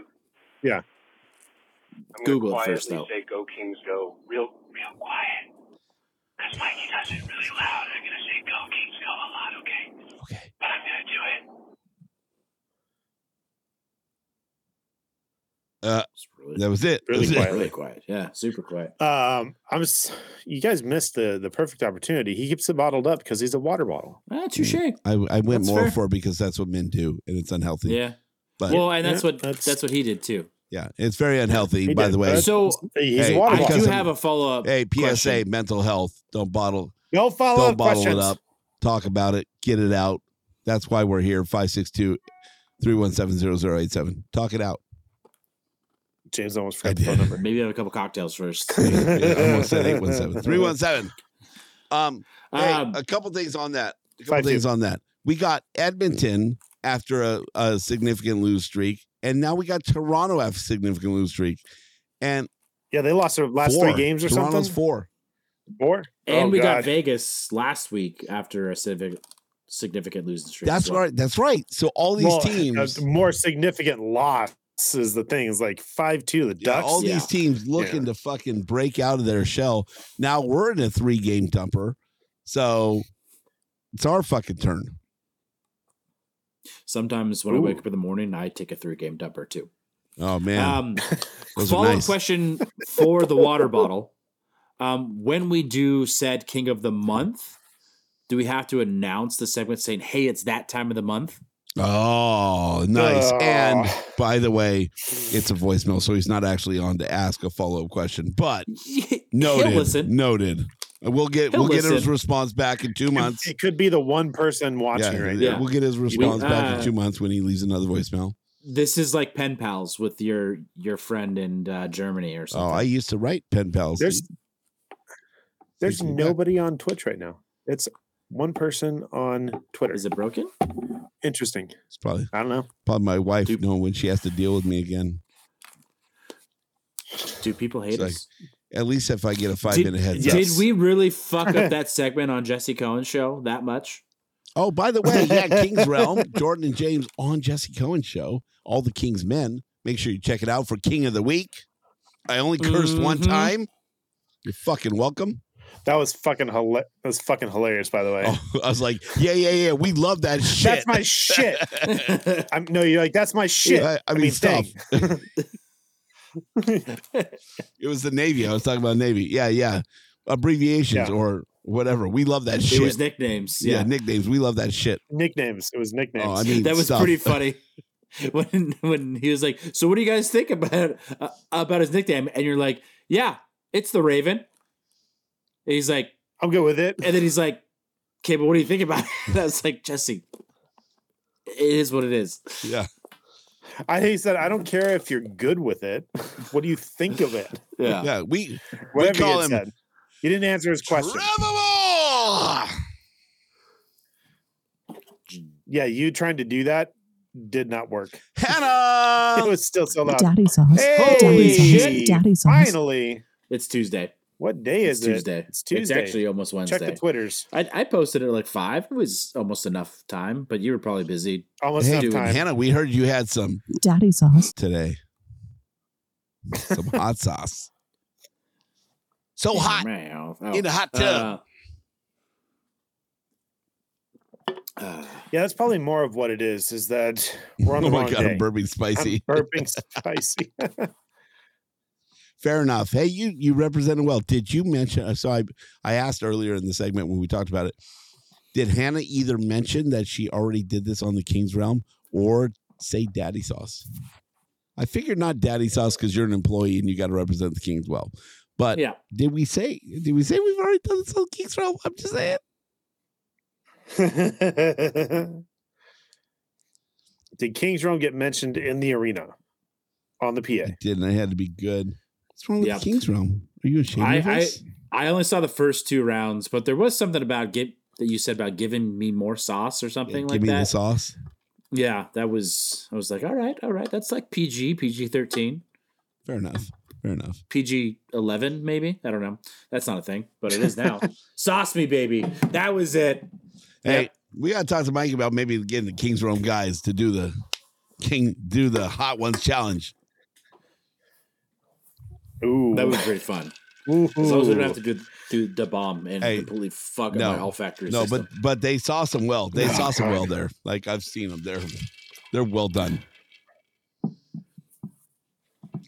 Yeah.
I'm
Google it
gonna
first,
quietly
though.
Say go Kings go, real real quiet, because Mikey does it really loud. I'm gonna say go Kings go a lot, okay?
okay.
But I'm gonna do it.
it's really,
That was it.
Really
That was it.
quiet.
really quiet. Yeah, super quiet.
Um, I'm. s- You guys missed the the perfect opportunity. He keeps it bottled up because he's a water bottle.
Ah, touche.
I, I went
That's
more
fair.
for because that's what men do, and it's unhealthy.
Yeah.
But
Well, and that's
Yeah,
what
that's-
that's, what he did too.
yeah, it's very unhealthy.
He
By
did.
the way,
That's-
So
He's
Hey,
a water
I
because
do
bottle.
I'm-
have a follow up.
hey, PSA,
question.
mental health. Don't bottle.
No follow
Don't
up
bottle
questions.
it up. Talk about it. Get it out. That's why we're here. 562-317-0087. Talk it out.
James almost
I
forgot the phone
did.
number.
Maybe have a couple cocktails first.
Yeah, I almost said 817. 317. Um, hey,
Um,
a couple things on that. A couple
Five two.
things on that. We got Edmonton after a, a significant lose streak, and now we got Toronto after significant lose streak. And
Yeah, they lost their last
four.
three games or
Toronto's
something.
four.
Four.
and
Oh,
we
God.
got Vegas last week after a civic, significant losing streak.
That's
as well.
right. That's right. So all these
Well, a
teams,
more significant loss is the thing. It's like five two the
yeah,
Ducks.
all
Yeah.
these teams looking to fucking break out of their shell. Now we're in a three game dumper. So it's our fucking turn.
Sometimes when I wake up in the morning, I take a three game dump or two.
Oh man,
Um,
those are
follow up
nice.
question for the water bottle. Um, when we do said King of the Month, do we have to announce the segment saying, hey, it's that time of the month?
Oh, nice.
Oh.
And by the way, it's a voicemail, so he's not actually on to ask a follow up question. But noted,
He'll listen.
noted. We'll get
He'll
we'll get his
listen.
response back in two months.
It could be the one person watching
Yeah,
right now.
yeah.
we'll get his response back in
uh,
two months when he leaves another voicemail.
This is like pen pals with your your friend in uh, Germany or
Oh,
something.
I used to write pen pals.
There's there's
He's back.
nobody on Twitch right now. It's one person on Twitter.
is it broken?
Interesting.
it's probably
I don't know.
probably my wife
Dude.
knowing when she has to deal with me again.
Do people hate
It's like
us?
At least if I get a five
Did-
minute heads up.
Did we really fuck up that segment on Jesse Cohen's show that much?
Oh, by the way, yeah, King's Realm, Jordan and James on Jesse Cohen's show, All the King's Men. Make sure you check it out for King of the Week. I only cursed one
Mhm.
time. You're fucking welcome.
That was fucking hila- that was fucking hilarious by the way.
Oh, I was like, yeah, yeah, yeah. We love that shit.
That's my shit. I'm no, you're like that's my shit.
I, I mean, stuff.
dang.
It was the Navy. I was talking about Navy. Yeah, yeah. Abbreviations
Yeah.
or whatever. We love that shit.
It was nicknames.
yeah.
Yeah.
nicknames. We love that shit.
Nicknames. It was nicknames.
Oh, I mean,
that was
stuff.
pretty funny. When when he was like, "So what do you guys think about uh, about his nickname?" and you're like, "Yeah, it's the Raven." And he's like,
I'm good with it.
and then he's like, "Okay, but what do you think about it?" And I was like, "Jesse, it is what it is."
Yeah.
I he said I don't care if you're good with it. What do you think of it?
Yeah,
Yeah. We, we
Whatever
call
he
him
had said. You didn't answer his question.
Trevor Moore!
Yeah, you trying to do that did not work.
Hannah!
it was still so loud.
Daddy sauce.
Hey,
Daddy
shit.
sauce. Daddy sauce.
Finally,
it's Tuesday.
what day
It's
is
Tuesday.
it? It's Tuesday.
It's actually almost
Check
Wednesday.
the Twitters.
I, I posted it at like five. It was almost enough time, but you were probably busy.
Almost
Hey,
enough
dude,
time.
Hannah, we heard you had some
Daddy sauce.
today. Some hot sauce. So hot.
Meow. Oh.
In a hot tub.
Uh, uh,
Yeah, that's probably more of what it is. Is that we're on the
oh my
wrong
god,
day.
I'm burping spicy.
I'm burping spicy.
Fair enough. Hey, you you represented well. Did you mention? uh, So I I asked earlier in the segment when we talked about it. Did Hannah either mention that she already did this on the King's Realm or say Daddy Sauce? I figured not Daddy Sauce because you're an employee and you got to represent the King's well. But
yeah.
did we say? Did we say we've already done this on King's Realm? I'm just saying.
Did King's Realm get mentioned in the arena on the PA?
I didn't. I had to be good. What's wrong with
Yeah.
the King's Realm? Are you ashamed
I,
of
I
us?
I only saw the first two rounds, but there was something about get that you said about giving me more sauce or
Yeah,
something
give
like
me the
that.
sauce.
Yeah, that was I was like, all right, all right, that's like PG, PG thirteen,
Fair enough. Fair enough.
PG eleven, maybe. I don't know. That's not a thing, but it is now. sauce me, baby. That was it.
Hey,
Yep.
we gotta talk to Mike about maybe getting the King's Realm guys to do the King do the Hot Ones challenge.
Ooh,
That was pretty fun.
Ooh.
As long as we don't have to do do the bomb and
Hey,
completely fuck up
no,
my olfactory
No,
system.
but but they saw some well. They saw some well there. Like I've seen them. They're they're well done.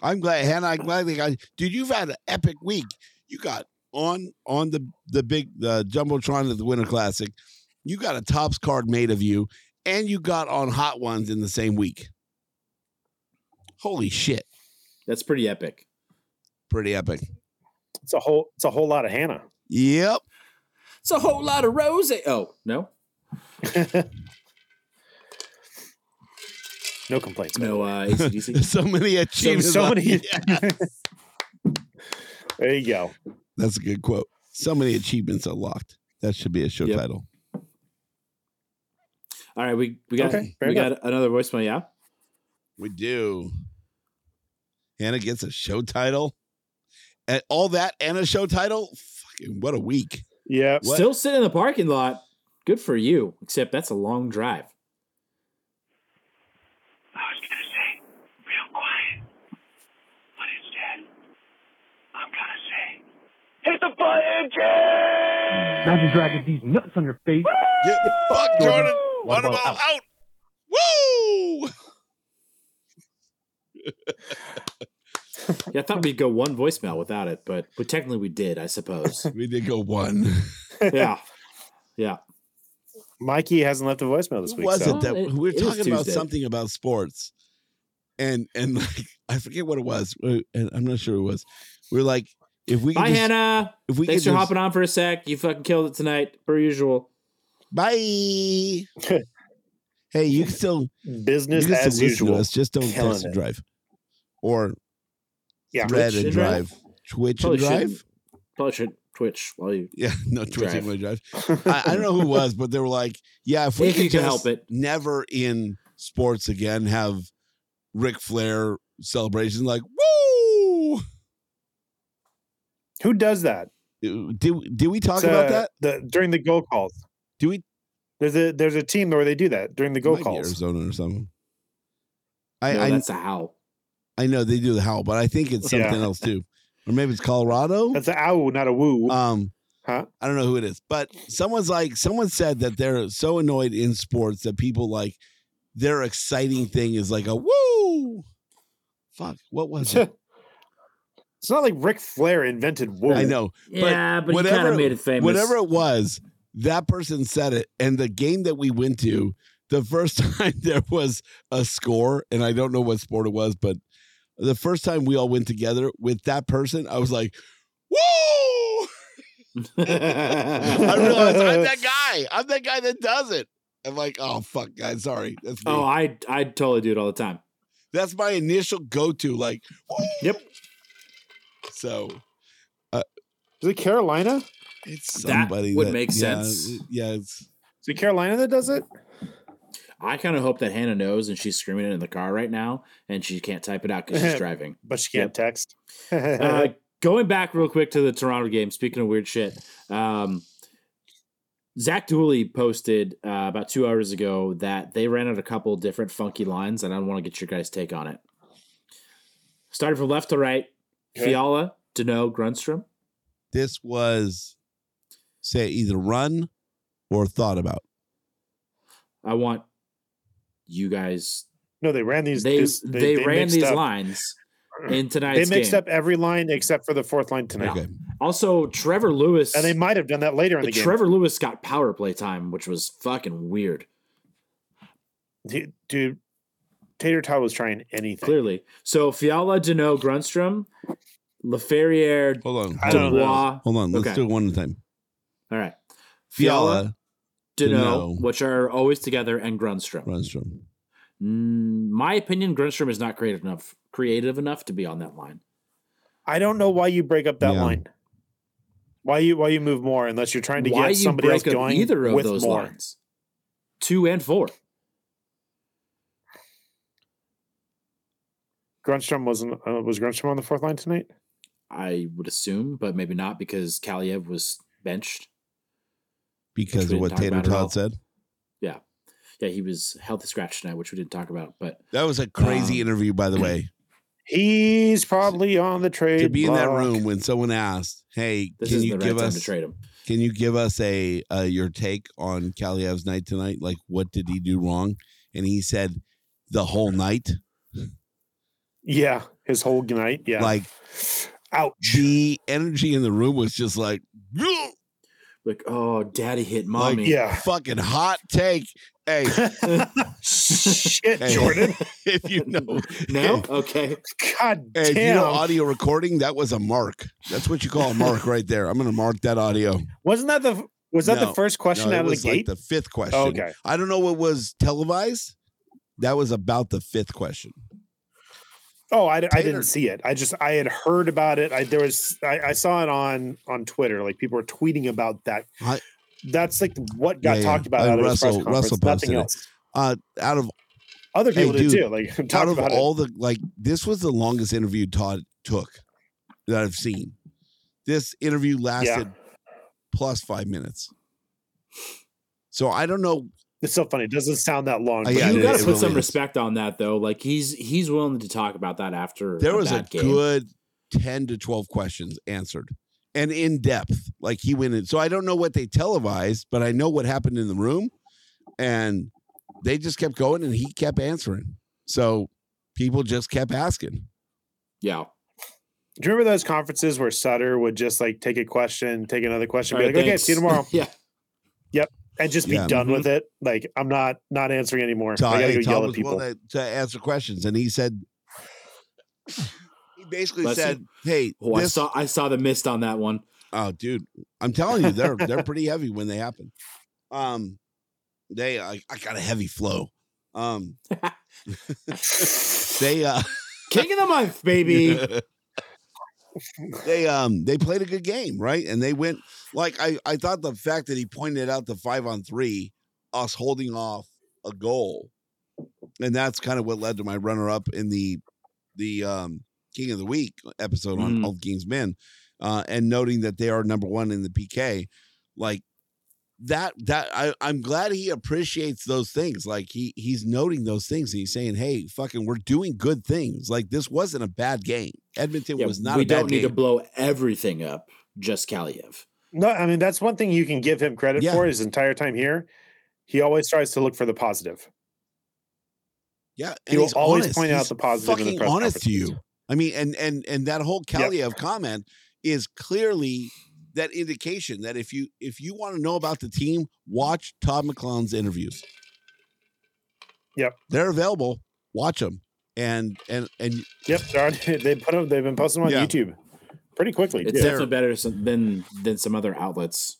I'm glad, Hannah. I'm glad they got. Dude, you've had an epic week. You got on on the the big the jumbotron of the Winter Classic. You got a tops card made of you, and you got on Hot Ones in the same week. Holy shit!
that's pretty epic.
Pretty epic.
it's a whole. It's a whole lot of Hannah.
Yep.
It's a whole lot of rose. Oh no,
No complaints. man.
no uh, ACDC.
so many achievements.
so
on-
many-
Yeah.
There you go.
That's a good quote. So many achievements unlocked. That should be a show
Yep.
title.
All right, we we got
Okay, fair
we got another voicemail. Yeah.
We do. Hannah gets a show title. And all that and a show title? Fucking what a week.
Yeah.
What?
Still sitting in the parking lot. Good for you. Except that's a long drive.
I was gonna say, real quiet, but instead, I'm gonna say, hit the button, Jay!
Imagine dragging these nuts on your face.
Get the fuck, Jordan.
What
What about
about
out?
Yeah, I thought we'd go one voicemail without it, but but technically we did, I suppose.
We did go one.
yeah, yeah.
Mikey hasn't left a voicemail this
Who
week.
was
so-
it that
Well, it-
we were
it is
talking about
Tuesday.
something about sports, and and like I forget what it was, uh, and I'm not sure it was. We are like, if we
Bye,
could just-
Hannah.
if we
Thanks
could
for
just-
hopping on for a sec. You fucking killed it tonight, per usual.
bye. hey, you can still
Business
you can still
as
listen to
usual.
us, just don't
Killing
text and
it.
drive, or
Yeah.
thread
Twitch
and
and
drive,
drive?
Twitch
Probably
and drive.
shouldn't. Probably should Twitch while you.
Yeah, no Twitch
Drive.
and drive. I, I don't know who it was, but they were like, "Yeah, if we
If
could
you could
just
help it.
never in sports again have Ric Flair celebrations like woo." Uh,
Who does that?
Did did we talk
It's,
about
uh,
that?
The, during the goal calls.
Do we-
There's a there's a team where they do that during the
Might
goal
be
calls.
Arizona or something.
I,
I
no,
I,
that's a howl.
I know they do the howl, but I think it's something
Yeah.
else too, or maybe it's Colorado.
That's an ow, not a woo.
Um,
Huh?
I don't know who it is, but someone's like someone said that they're so annoyed in sports that people like their exciting thing is like a woo. Fuck, what was it?
it's not like Ric Flair invented woo.
I know,
yeah, but you kind
whatever-
of made it famous.
whatever it was, that person said it. And the game that we went to, the first time there was a score, and I don't know what sport it was, but the first time we all went together with that person, I was like, "Woo!" I realized I'm that guy. I'm that guy that does it. I'm like, "Oh fuck, guys, sorry." That's me.
oh, I I totally do it all the time.
That's my initial go-to. Like, "Woo!"
Yep.
So
Is it Carolina?
it's
That
somebody
would make
yeah,
sense.
Yeah, it's
Is it Carolina that does it?
I kind of hope that Hannah knows and she's screaming it in the car right now and she can't type it out because she's driving.
But she can't text.
Uh, going back real quick to the Toronto game, speaking of weird shit, um, Zach Dooley posted uh, about two hours ago that they ran out a couple different funky lines, and I want to get your guys' take on it. Starting from left to right,
Okay.
Fiala, Dano, Grunstrom.
this was say either run or thought about.
I want you guys.
no, they ran these.
They
these-
they, ran
mixed
these
up-
lines in
They
tonight's
mixed
game.
up every line except for the fourth line tonight,
Okay.
Also, Trevor Lewis.
and they might have done that later in the game.
Trevor Lewis got power play time, which was fucking weird.
D- Dude, Tater Tot was trying anything.
Clearly. So Fiala, Dano, Grunstrom, Laferriere,
Hold on.
I
Hold
don't
on.
know.
Dubois.
Hold on. Let's
Okay.
do it one at a time.
All right. Fiala,
Fiala,
Dano,
Deneau.
which are always together, and Grunstrom.
Runstrom.
Mm, my opinion, Grunstrom is not creative enough, creative enough to be on that line.
I don't know why you break up that
Yeah.
line. Why you why you move more unless you're trying to
Why
get
you
somebody else
break up
going
either of
with
those
more?
lines? Two and four.
Grunstrom wasn't uh, was Grunstrom on the fourth line tonight?
I would assume, but maybe not because Kaliev was benched.
Because
we
of what
didn't talk
Tater
about at all.
Todd said.
Yeah, he was healthy scratch tonight, which we didn't talk about. But
That was a crazy
Um,
interview, by the way.
He's probably on the trade.
to be in that
block.
room when someone asked, Hey,
this
can
isn't
you
the
give
right time
us
to trade him.
can you give us a uh, your take on Kaliev's night tonight? Like what did he do wrong? And he said the whole night.
Yeah, his whole night. Yeah,
Like
ouch.
the energy in the room was just like "Gah!"
Like, oh, daddy hit
Like,
mommy.
Yeah,
fucking hot take. Hey,
shit,
Hey.
Jordan.
if you know
No? Okay.
God
Hey, if you
damn!
know audio recording, that was a mark. That's what you call a mark right there. I'm going to mark that audio.
Wasn't that the was that
No,
the first question
No, it
out of the
was like
gate?
the fifth question.
Oh, okay,
I don't know what was televised. That was about the fifth question.
Oh, I, d- I
Tater-
didn't see it. I just I had heard about it. I there was I, I saw it on on Twitter. Like people were tweeting about that.
I-
That's like what got
Yeah, yeah.
talked about
I-
out of
Russell-
this press conference.
Russell posted
Nothing
it.
else.
Uh, out of
Other
Hey,
people did
dude,
too. Like I'm
out
talking
of
about
all the like, this was the longest interview Todd took that I've seen. This interview lasted plus five minutes. So I don't know.
it. It's so funny. It doesn't sound that long.
Uh,
but
yeah,
it
you
it-
gotta
it
put
really
some
is.
respect on that though. Like he's he's willing to talk about that after
There was a
bad game.
good ten to twelve questions answered, and in depth. Like he went in. So I don't know what they televised, but I know what happened in the room, and they just kept going, and he kept answering. So people just kept asking.
yeah.
Do you remember those conferences where Sutter would just like take a question, take another question,
All
be
right,
like, "Okay, see you
thanks.
tomorrow,"
yeah.
and just be
Yeah.
done with it? Like, I'm not not answering anymore.
Todd,
I gotta
hey,
go
Todd
yell at
was
people.
willing to, to answer questions, and he said, he basically
Bless you.
said, "Hey,
Oh, I
this,
saw I saw the mist on that one.
oh, dude, I'm telling you, they're they're pretty heavy when they happen. Um, they, I, I got a heavy flow. Um, they, uh,
King of the month, baby.
they um they played a good game, right? And they went like I I thought the fact that he pointed out the 5 on 3 us holding off a goal. And that's kind of what led to my runner up in the the um King of the Week episode on
Mhm.
Old King's Men. Uh and noting that they are number 1 in the PK like that that I I'm glad he appreciates those things. Like he he's noting those things and he's saying, "Hey, fucking we're doing good things. Like this wasn't a bad game. Edmonton
Yeah,
was not
we
a bad
don't need
game."
to blow everything up, just Kaliev.
No, I mean that's one thing you can give him credit
Yeah.
for his entire time here. He always tries to look for the positive.
Yeah,
He will
he's
always
honest.
point out
He's
the positive in the
Fucking
press
honest to
conferences.
you. I mean, and and and that whole
Yeah.
Kaliev comment is clearly that indication that if you if you want to know about the team, watch Todd McClellan's interviews.
Yep.
they're available. Watch them, and and and
Yep, they're on- they put them. They've been posting them on
Yeah.
YouTube pretty quickly.
It's
too.
definitely better some, than than some other outlets.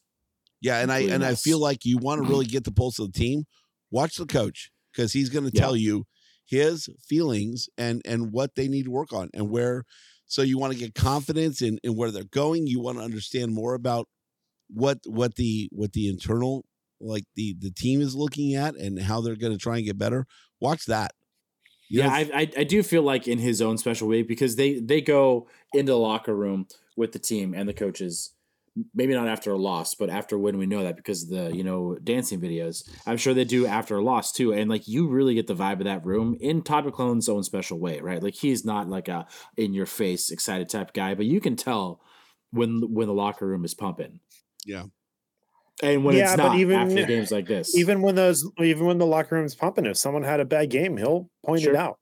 yeah, and I
Really
and I
nice.
feel like you
Mm-hmm.
want to really get the pulse of the team. Watch the coach because he's going to
Yeah.
tell you his feelings and and what they need to work on and where so you want to get confidence in, in where they're going you want to understand more about what what the what the internal like the the team is looking at and how they're going to try and get better watch that You
Yeah,
know,
I, I I do feel like in his own special way because they they go into the locker room with the team and the coaches. Maybe not after a loss, but after a win, we know that because of the you know dancing videos. I'm sure they do after a loss too, and like you really get the vibe of that room in Todd McClellan's own special way, right? Like he's not like a in your face excited type guy, but you can tell when when the locker room is pumping.
Yeah.
and when
Yeah,
it's
but
not
even-
after games like this,
even when those even when the locker room's pumping if someone had a bad game he'll point
Sure.
it out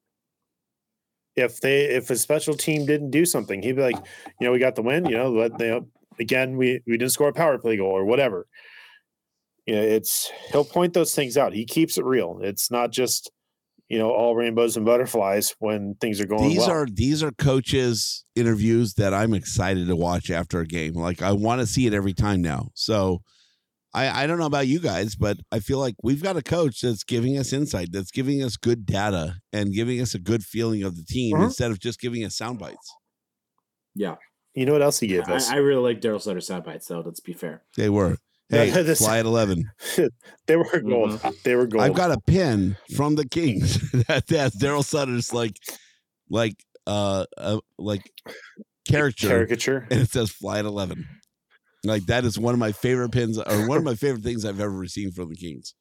if they if a special team didn't do something he'd be like you know we got the win you know but they again we we didn't score a power play goal or whatever you know it's he'll point those things out he keeps it real it's not just you know all rainbows and butterflies when things are going
these
well.
are these are coaches interviews that I'm excited to watch after a game. Like I want to see it every time now. So I I don't know about you guys, but I feel like we've got a coach that's giving us insight, that's giving us good data and giving us a good feeling of the team
Mhm.
instead of just giving us sound bites.
yeah,
you know what else he gave
I,
us
I really like Daryl Sutter sound bites though. Let's be fair.
They were.
No,
Hey,
this-
fly at 11.
they were gold
Mm-hmm.
they were gold
I've got a pin from the Kings that that's Daryl Sutter's like like uh, uh like character
caricature
and it says fly at 11 like that is one of my favorite pins or one of my favorite things i've ever received from the kings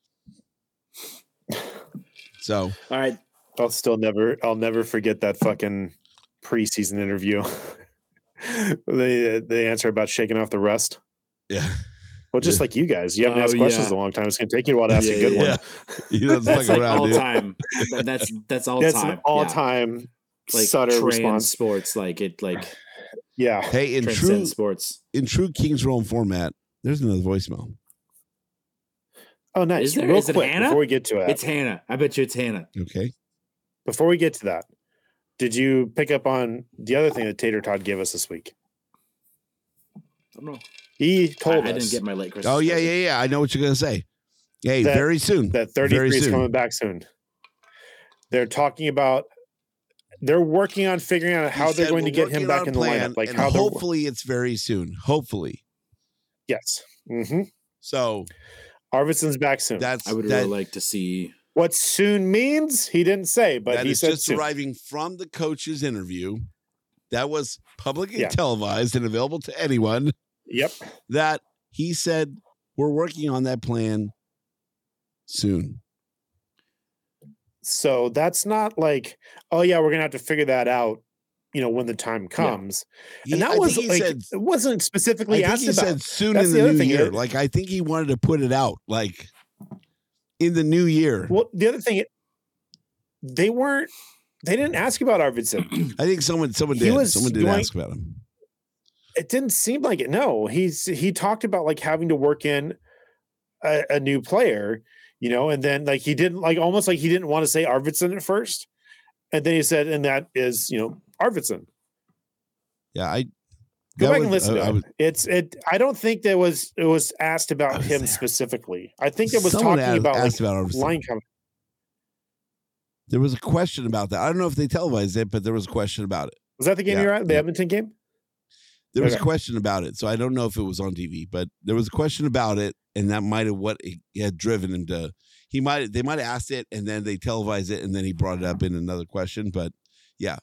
so
All right,
I'll still never I'll never forget that fucking preseason interview. the the answer about shaking off the rust.
yeah
Well, just
Yeah.
like you guys, you haven't
Oh,
asked questions
yeah.
in a long time. It's gonna take you a while to ask
Yeah,
a good
yeah,
one.
yeah he doesn't
That's
fucking
like
around
all
dude
time. That- That's that's all
That's
time.
an all
Yeah.
time
like
Sutter
trans
response.
sports, like it, like
Yeah.
hey in true
transcend sports.
in true kings roll format there's another voicemail
Oh, nice.
Is there-
Real
is it
quick
Hannah?
before we get to that,
It's Hannah. I bet you it's Hannah.
okay
before we get to that, did you pick up on the other thing that Tater Todd gave us this week?
I don't know.
He
I,
told
I
us
didn't get my late Christmas.
oh yeah
present.
yeah yeah i know what you're gonna say hey
That-
very soon
that
Very
33 is
soon.
coming back soon. They're talking about they're working on figuring out how
He
they're
said
going to
we're
get him
working on
back
a
in the
plan,
lineup. Like
and
how they're
hopefully it's very soon hopefully
yes. Mm-hmm.
so
Arvidsson's back soon.
that's
I would
that,
really like to see.
what soon means, he didn't say, but
That
he
is
said
just
soon.
arriving from the coach's interview that was public and
Yeah.
televised and available to anyone
Yep.
that he said we're working on that plan soon
So that's not like, oh yeah, we're gonna have to figure that out, you know, when the time comes.
He-
And that
I
was
think
like
he said
it wasn't
I
specifically
think
asked
he
about.
said soon
That's
in
the
the,
other
new
thing,
year
it-
like i think he wanted to put it out like in the new year
Well, the other thing, they weren't They didn't ask about Arvidsson.
I think someone someone
He
did.
was
someone did
going-
ask about him.
It didn't seem like it. No, he's he talked about like having to work in a, a new player, you know, and then like he didn't like almost like he didn't want to say Arvidsson at first, and then he said, and that is you know Arvidsson.
Yeah, I
Go
that
back
was-
and listen.
I-
to
I
it.
was-
it's it. I don't think there was it was asked
I
about
was
him
there.
specifically. I think it was
someone
talking
a-
about like,
asked about Arvidsson.
line coming.
There was a question about that. I don't know if they televised it, but there was a question about it.
Was that the game
Yeah,
you're at? The
yeah.
Edmonton game.
There was a
Okay.
question about it, so I don't know if it was on TV, but there was a question about it, and that might have what it had driven him to. He might they might have asked it, and then they televised it, and then he brought it up in another question. But yeah,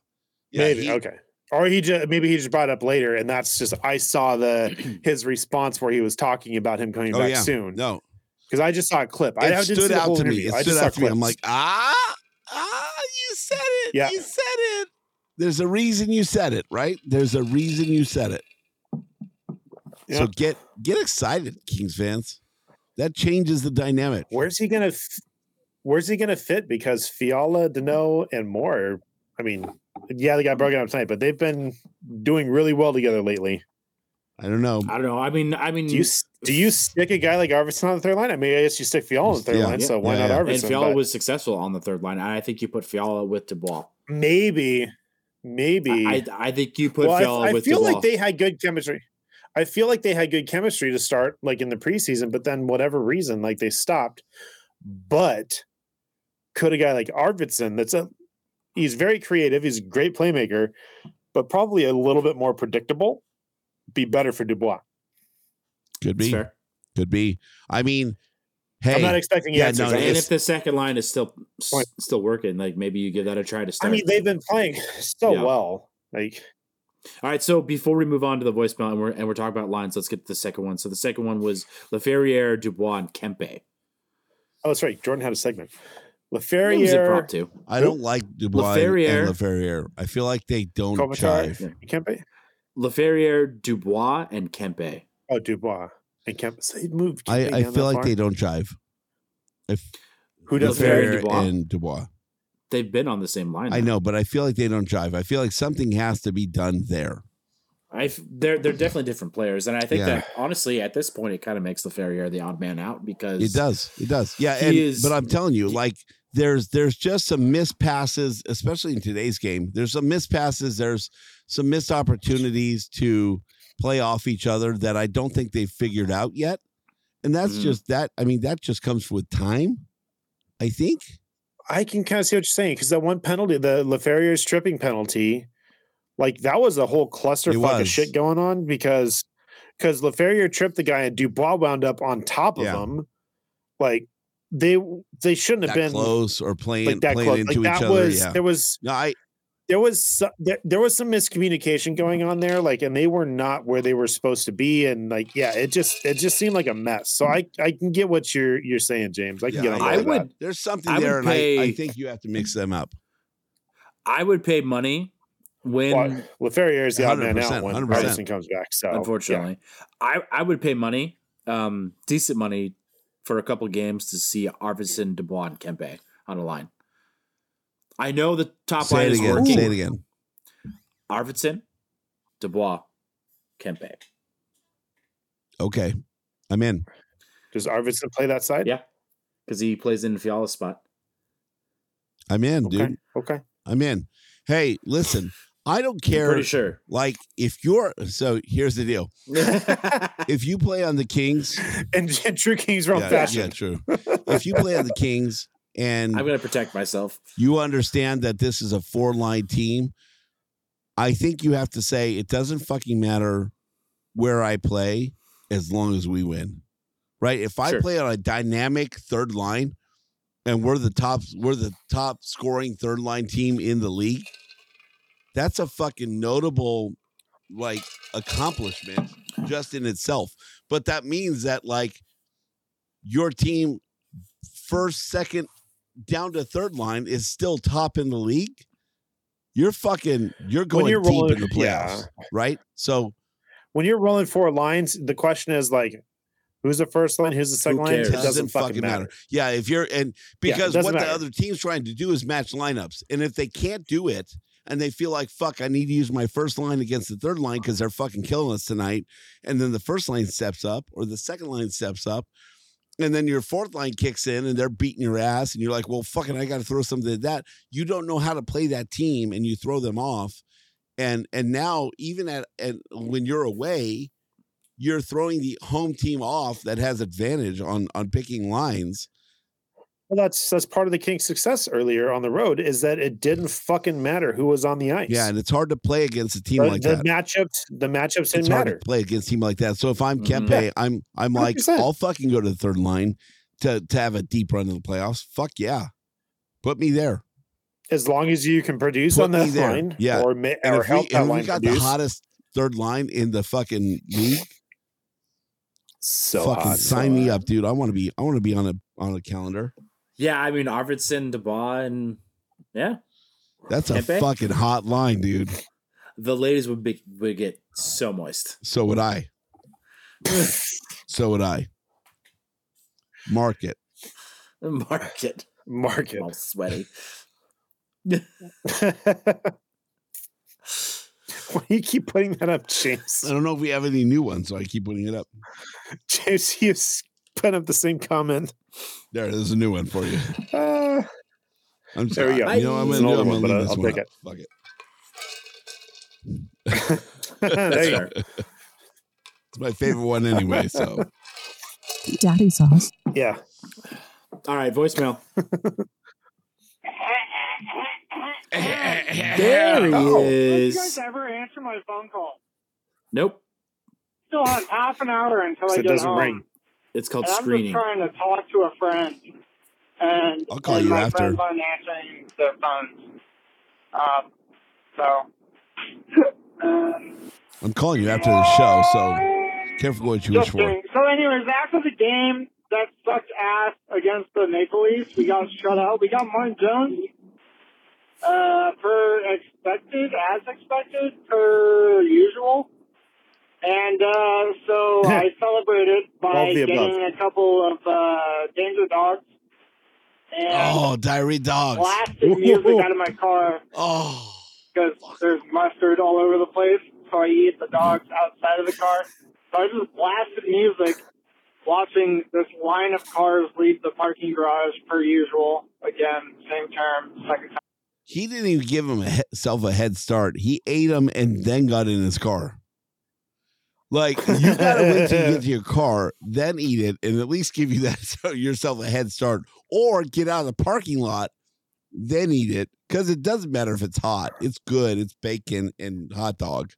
yeah,
maybe
he-
okay. Or he just maybe he just brought it up later, and that's just I saw the his response where he was talking about him coming
Oh,
back
yeah.
soon
No,
because I just saw a clip. I
it
I didn't see
stood
the
out
whole
to me.
interview.
It
I
stood
just saw
out to me. I'm
clips.
like, ah, ah, you said it.
Yeah.
You said it. There's a reason you said it, right? There's a reason you said it.
Yeah.
So get get excited, Kings fans. That changes the dynamic.
where's he gonna f- where's he gonna fit? Because Fiala, Dano, and Moore. I mean, yeah, they got broken up tonight, but they've been doing really well together lately.
I don't know.
I don't know. I mean, I mean,
Do you
Mm.
s- do you stick a guy like Arvidsson on the third line? I mean, I guess you stick Fiala on the third
Yeah.
line, so
Yeah,
why
yeah.
not Arvidsson?
and Fiala
But
was successful on the third line. I think you put Fiala with Dubois.
maybe, maybe.
I, I think you put
well, I-
Fiala
I,
with
feel
Dubois.
like they had good chemistry. I feel like they had good chemistry to start, like in the preseason, but then whatever reason, like they stopped. But could a guy like Arvidsson, that's a he's very creative, he's a great playmaker, but probably a little bit more predictable, be better for Dubois.
Could
It's
be.
fair.
Could be. I mean, hey,
I'm not expecting
yeah,
answers.
no,
I
it
and
is-
just-
if the second line is still s-
Point.
still working, like maybe you give that a try to
I
start.
mean, they've been playing so
Yeah.
well. Like
All right, so before we move on to the voicemail and we're and we're talking about lines, let's get to the second one. So the second one was Laferriere, Dubois, and Kempe.
Oh, that's right. Jordan had a segment.
It was
Laferriere,
impromptu.
I don't like Dubois Laferriere.
Laferriere.
and Laferriere. I feel like they don't
Kopitar.
jive.
Kempe.
Laferriere, Dubois, and Kempe.
Oh, Dubois and Kempe. So they moved. Kempe
I, I
down
feel
that
like
far?
they don't jive. If
Who does Barry?
Laferriere
Laferriere
and Dubois.
and Dubois.
They've been on the same line.
I know, but I feel like they don't jive. I feel like something has to be done there.
I f- they're they're definitely different players, and I think
Yeah.
that honestly at this point it kind of makes Laferriere the odd man out because
It does. It does. Yeah.
He
And,
is-
but I'm telling you, like there's there's just some missed passes, especially in today's game. There's some missed passes. There's some missed opportunities to play off each other that I don't think they've figured out yet. And that's
Mhm.
just that. I mean, that just comes with time. I think.
I can kind of see what you're saying because that one penalty, the Laferriere stripping penalty, like that was a whole clusterfuck
was.
of shit going on because because Laferriere tripped the guy and Dubois wound up on top of
Yeah.
him. Like they they shouldn't
That
have been
close or playing
like that
playing
close.
into
Like
each
that
other.
was
yeah.
there was
No, I
there was so- there, there was some miscommunication going on there. Like and they were not where they were supposed to be. And like yeah, it just it just seemed like a mess. So I I can get what you're you're saying, James. I can
Mm. yeah,
get on board
I
with that.
would-
there's something
I would
there, and I, I
pay-
think you have to mix them up.
I would pay money when
Well, Laferriere is the odd man out
100%,
when
100%.
Artisan comes back. So Oh, yeah.
unfortunately. I, I would pay money, um, decent money, for a couple games to see Arvidsson, Dubois, and Kempe on a line. I know the top
Say
line
it
is
again.
working.
Say it again.
Arvidsson, Dubois, Kempe.
Okay, I'm in.
Does Arvidsson play that side?
Yeah. Because he plays in Fiala's spot.
I'm in,
Okay.
dude.
Okay.
I'm in. Hey, listen, I don't
I'm
care.
pretty sure.
Like, if you're so, here's the deal: if you play on the Kings,
And, and True King's wrong
yeah, yeah,
fashion.
true. If you play on the Kings
I'm
and
going to protect myself.
you understand that this is a four-line team, I think you have to say it doesn't fucking matter where I play as long as we win, right? If I
Sure.
play on a dynamic third line, and we're the top, we're the top scoring third line team in the league. That's a fucking notable like accomplishment just in itself. But that means that like your team first, second, down to third line is still top in the league. You're fucking you're
When
going
you're
deep
rolling-
in the playoffs,
yeah.
right? So
When you're rolling four lines, the question is like, Who's the first line? Who's the second line? It
cares?
doesn't, fucking, matter.
Yeah, if you're and
Yeah, it
because
doesn't
what the
matter.
other team's trying to do is match lineups, and if they can't do it, and they feel like fuck, I need to use my first line against the third line because they're fucking killing us tonight, and then the first line steps up or the second line steps up, and then your fourth line kicks in and they're beating your ass, and you're like, well, fucking, I got to throw something at that. You don't know how to play that team, and you throw them off, and and now even at and when you're away, you're throwing the home team off that has advantage on on picking lines.
Well, that's that's part of the Kings' success earlier on the road is that it didn't fucking matter who was on the ice.
Yeah, and it's hard to play against a team
the,
like
the
that.
matchups, the matchups
It's
didn't
hard
matter. Mm-hmm.
to play against a team like that. So if I'm
Mhm.
Kempe, I'm I'm like
100%.
I'll fucking go to the third line to to have a deep run in the playoffs. Fuck yeah, put me there.
As long as you can produce
Put
on
me
that
there.
line,
Yeah.
or, ma-
And
or
if we,
help
and
that
if we
line
got
produce,
the hottest third line in the fucking league,
so
fucking
hot.
sign me up, dude. I want to be I want to be on a on a calendar.
Yeah, I mean Arvidsson, Dubois, and yeah,
That's a
Kempe?
fucking hot line, dude.
the ladies would be would get so moist.
So would I. so would I. Mark it.
Mark it.
Market.
I'm all sweaty.
Why do you keep putting that up,
I
James?
don't know if we have any new ones, so I keep putting it up.
James, you s- put up the same comment.
There, there's a new one for you.
Uh,
I'm
There we
sorry.
go.
You know, what I'm
It's
gonna
an
do.
older
I'm
one,
gonna leave
but
this
I'll take
one up. Fuck it.
there you go.
fair.
It's my favorite one anyway. So
Daddy sauce.
Yeah.
All right, voicemail. there he
Oh.
Did you
is.
guys ever answer my phone call?
Nope.
Still have half an hour until
So
I
it
get
doesn't
home.
ring.
It's called
and I'm
screening.
just trying to talk to a friend, and
I'll call
and
you
my
after.
friends aren't answering their phones. Um, so um,
I'm calling you after the show. So careful what you wish
just
for.
kidding. So, anyways, after the game that sucked ass against the Maple Leafs, we got shut out. We got Martin Jones. Uh, per expected, as expected, per usual. And uh, so I celebrated
All
by
of the
getting
above.
a couple of uh, danger dogs and
Oh, diary dogs.
blasted music out of my car
Oh,
because there's mustard all over the place. So I eat the dogs outside of the car. So I just blasted music, watching this line of cars leave the parking garage per usual. Again, same term, second time.
he didn't even give himself a head start. He ate them and then got in his car. Like you gotta wait till you get to your car, then eat it, and at least give you that so yourself a head start, or get out of the parking lot, then eat it. Because it doesn't matter if it's hot; it's good. It's bacon and hot dog.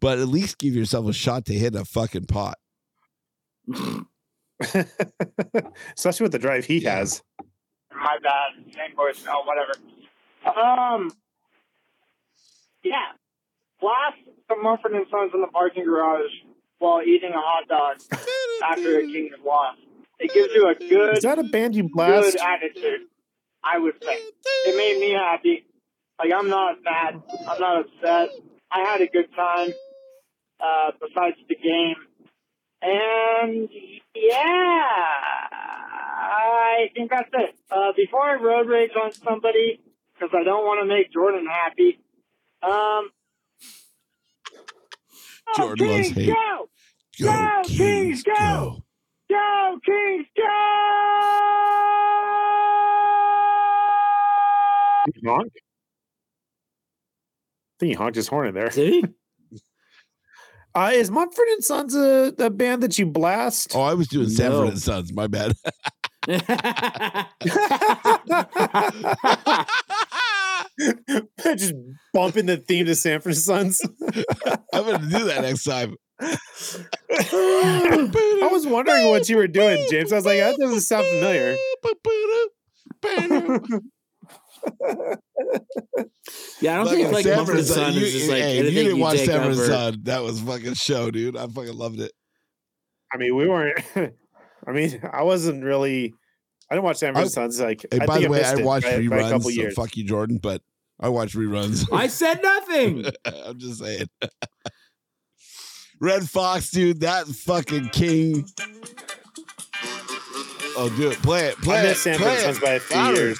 But at least give yourself a shot to hit a fucking pot.
Especially with the drive he
Yeah.
has.
My bad. Same voicemail, whatever. Um, yeah. Blast some Mumford and Sons in the parking garage while eating a hot dog after a Kings loss. It gives you a
Is
good,
that a band you
good
blast?
attitude. I would say it made me happy. Like I'm not mad. I'm not upset. I had a good time. Uh, besides the game, and yeah, I think that's it. Uh, before I road rage on somebody, because I don't want to make Jordan happy. Um,
Jordan
go,
loves
Kings,
hate.
go,
Go, Kings, go!
go, Kings, go!
Did he honk? I think he honked his horn in there.
Did he?
Uh, is Mumford and Sons a, a band that you blast?
Oh, I was doing Sanford
No.
and Sons. My bad.
Just bumping the theme to Sanford and Sons.
I'm gonna do that next time.
I was wondering what you were doing, James. I was like, that doesn't sound familiar.
yeah, I don't think it's like
Sanford
Mumford and
and Son,
Son
you-
is just like
hey, if
anything
you didn't watch
take
Sanford and
over.
Son, that was a fucking show, dude. I fucking loved it.
I mean, we weren't. I mean, I wasn't really. I didn't watch Sanford
I-
and Sons. Like,
Hey,
I
by
think
the way,
missed
I
it
watched
by-
reruns.
by a couple
so
years.
Fuck you, Jordan, but I watched reruns.
I said nothing.
I'm just saying. Red Fox, dude, that fucking king. Oh, do it. Play it. Play
I
it.
missed San
play
Francisco
it.
by a few
Louder.
years.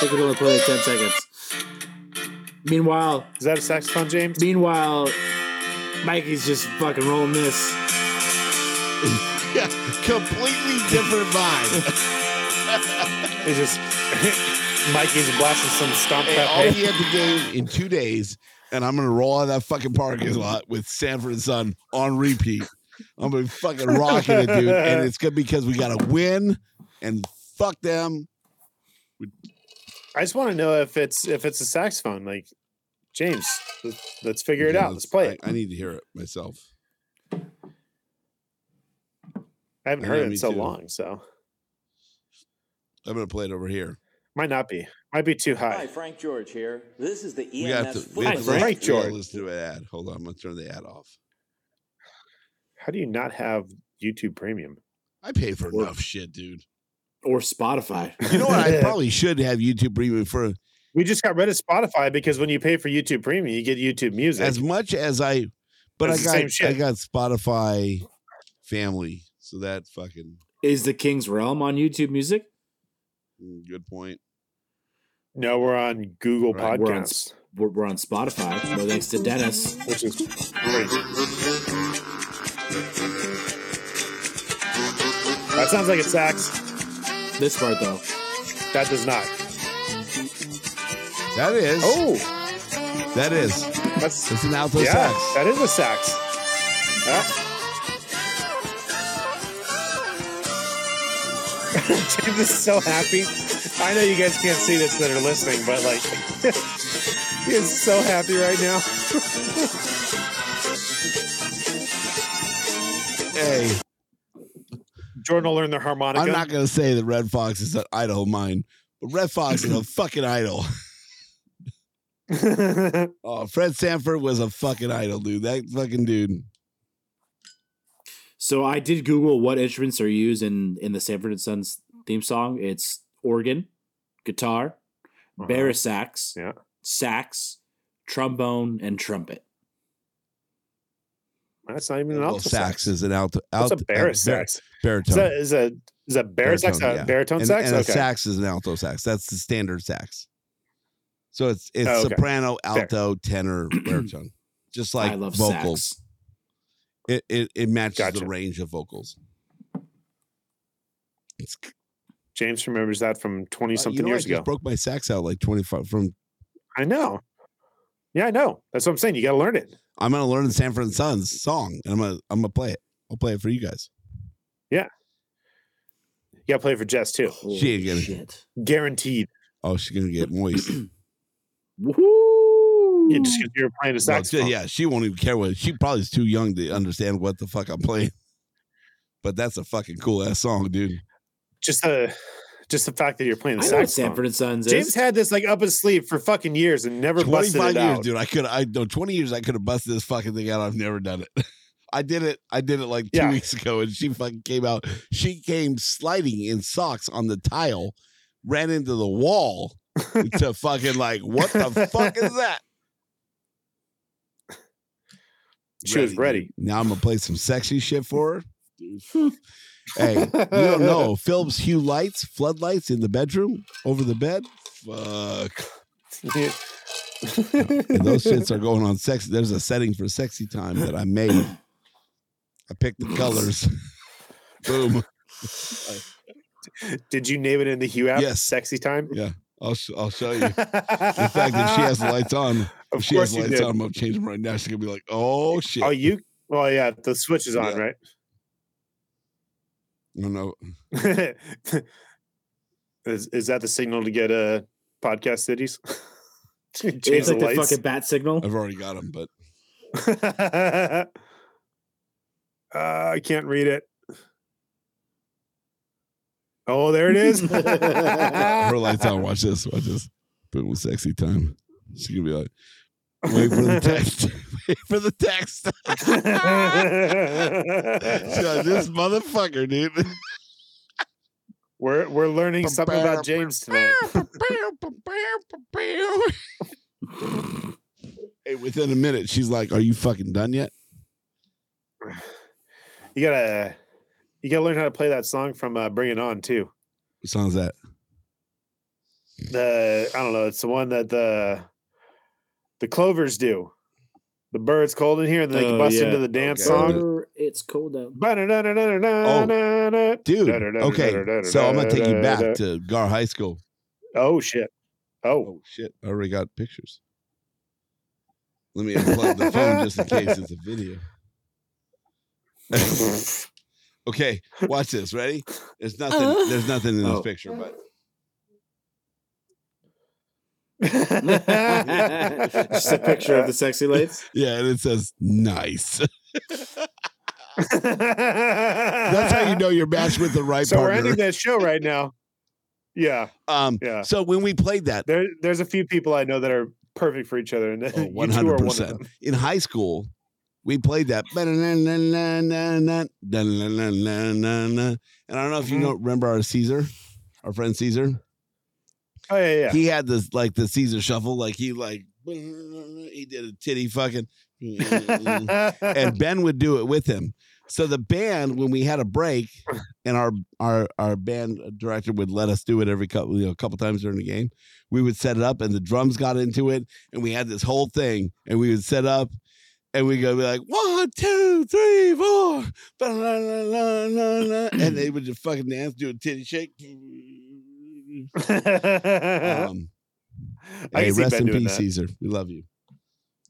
They could only play it 10 seconds. Meanwhile,
Is that a saxophone, James?
meanwhile, Mikey's just fucking rolling this.
Yeah, completely different vibe.
It's just Mikey's blasting some stomp
Hey,
rap
all
hit.
he had to game in two days, and I'm gonna roll out of that fucking parking lot with Sanford and Son on repeat. I'm gonna be fucking rocking it, dude. And it's good because we gotta win and fuck them.
I just want to know if it's if it's a saxophone. Like James, let's- let's figure it out. Let's play it.
I, I need to hear it myself.
I haven't
I
heard
know,
it in
me
so
too.
long, so
I'm gonna play it over here.
might not be. Might be too high.
Frank George here. This is the E
We got to. We
Hi,
have to
Frank
listen- we gotta
George.
Listen to an ad. Hold on, I'm gonna turn the ad off.
How do you not have YouTube Premium?
I pay for enough shit, dude.
Or Spotify.
You know what? I probably should have YouTube Premium for
We just got rid of Spotify because when you pay for YouTube Premium, you get YouTube Music.
as much as I, but
That's the
I
same
got I
shit.
got Spotify Family, so that fucking
Is the King's Realm on YouTube Music?
mm, good point.
no, we're on Google
Right,
We're on,
Podcasts,
we're, we're on Spotify. No thanks to Dennis.
which is great. That sounds like a sax.
This part though.
That does not.
That is.
Oh,
that is.
that's
It's an alto
yeah,
sax.
that is a sax. Yeah. James is so happy. I know you guys can't see this that are listening, but like, he is so happy right now.
hey,
Jordan will learn the harmonica.
I'm not gonna say that Red Fox is an idol of mine, but Red Fox is a fucking idol. Oh, Fred Sanford was a fucking idol, dude. That fucking dude.
So I did Google what instruments are used in in the Sanford and Sons theme song. It's organ, guitar, barisax,
Uh-huh. Yeah.
sax, trombone, and trumpet.
That's not even an
Well,
alto sax.
sax is an alto.
That's a
alto- uh, bar-
barisax.
Baritone.
Is that is a is a barisax a
yeah.
baritone
and,
sax?
And
okay.
a sax is an alto sax. That's the standard sax. So it's it's
Oh, okay.
soprano,
Fair.
alto, tenor, baritone. Just like
I love
vocals.
sax.
It it, it matches
Gotcha.
the range of vocals. It's
James remembers that from twenty
Uh,
something
you know,
years
I just
ago.
broke my sax out like 25 from
I know. Yeah, I know. That's what I'm saying. You got to learn it.
I'm gonna learn the Sanford and Sons song and I'm gonna I'm gonna play it. I'll play it for you guys.
You got to play for Jess too.
Holy
Shit, again.
shit.
Guaranteed.
Oh, she's gonna get moist.
Woohoo!
You just 'cause you're playing a
Well,
sax.
yeah, she won't even care what she probably is too young to understand what the fuck I'm playing. But that's a fucking cool ass song, dude.
Just the just the fact that you're playing the
I know what
sax.
Sanford and Sons is.
James had this like up his sleeve for fucking years and never busted
25
it
years,
out.
dude. I could I no 20 years I could have busted this fucking thing out. I've never done it. I did it. I did it like two
Yeah.
weeks ago, and she fucking came out. She came sliding in socks on the tile, ran into the wall to fucking like, what the fuck is that?
She was ready.
dude. Now I'm gonna play some sexy shit for her. hey, you don't know. Phillips Hue lights, floodlights in the bedroom over the bed. Fuck. And those shits are going on sexy. There's a setting for sexy time that I made. I picked the colors. Boom.
Did you name it in the Hue app?
Yes.
Sexy time.
I'll sh- I'll show you.
the
The fact that she has the lights on.
Of
If she
course
has
you
lights
did.
on, I'm gonna change them right now. She's gonna be like, oh shit.
Oh, you? Well, yeah, the switch is on,
Yeah. no, no.
right? is, is that the signal to get uh, podcast cities? Change
it's
the
like the
lights.
fucking bat signal.
I've already got them, but
uh, I can't read it. Oh, there it is.
her lights on. Watch this. Watch this. Boom. Sexy time. She's gonna be like, wait for the text. for the text. So this motherfucker, dude.
we're we're learning something about James tonight.
Hey, within a minute, she's like, "Are you fucking done yet?"
You gotta you gotta learn how to play that song from uh, Bring It On too.
What song's that?
The I don't know. It's the one that the the clovers do. The bird's cold in here, and then they
Oh,
can bust
yeah.
into the dance
Okay.
song.
Sir, It's cold out.
Oh,
Dude, okay. So I'm gonna take you back to Gar High School.
Oh shit! Oh,
Oh shit! I already got pictures. Let me unplug the phone just in case it's a video. okay, watch this. Ready? There's nothing. There's nothing in this
Oh.
picture, but
Just a picture of the sexy lights.
yeah, and it says nice. That's how you know you're matched with the right
So we're
partner.
ending that show right now. Yeah,
um,
yeah.
so when we played that,
there, there's a few people I know that are perfect for each other, and
Oh,
you two are one of
100%.
them.
in high school, we played that. And I don't know if you
Mhm.
know, remember our Caesar, our friend Caesar.
Oh yeah, yeah.
He had this like the Caesar shuffle, like he like he did a titty fucking, and Ben would do it with him. So the band, when we had a break, and our our our band director would let us do it every couple you know a couple times during the game, we would set it up, and the drums got into it, and we had this whole thing, and we would set up, and we go be like one, two, three, four, ba- la- la- la- la- la," and they would just fucking dance, do a titty shake. Um,
I
hey,
can see
rest
Ben
in
doing
peace,
that.
Caesar. We love you.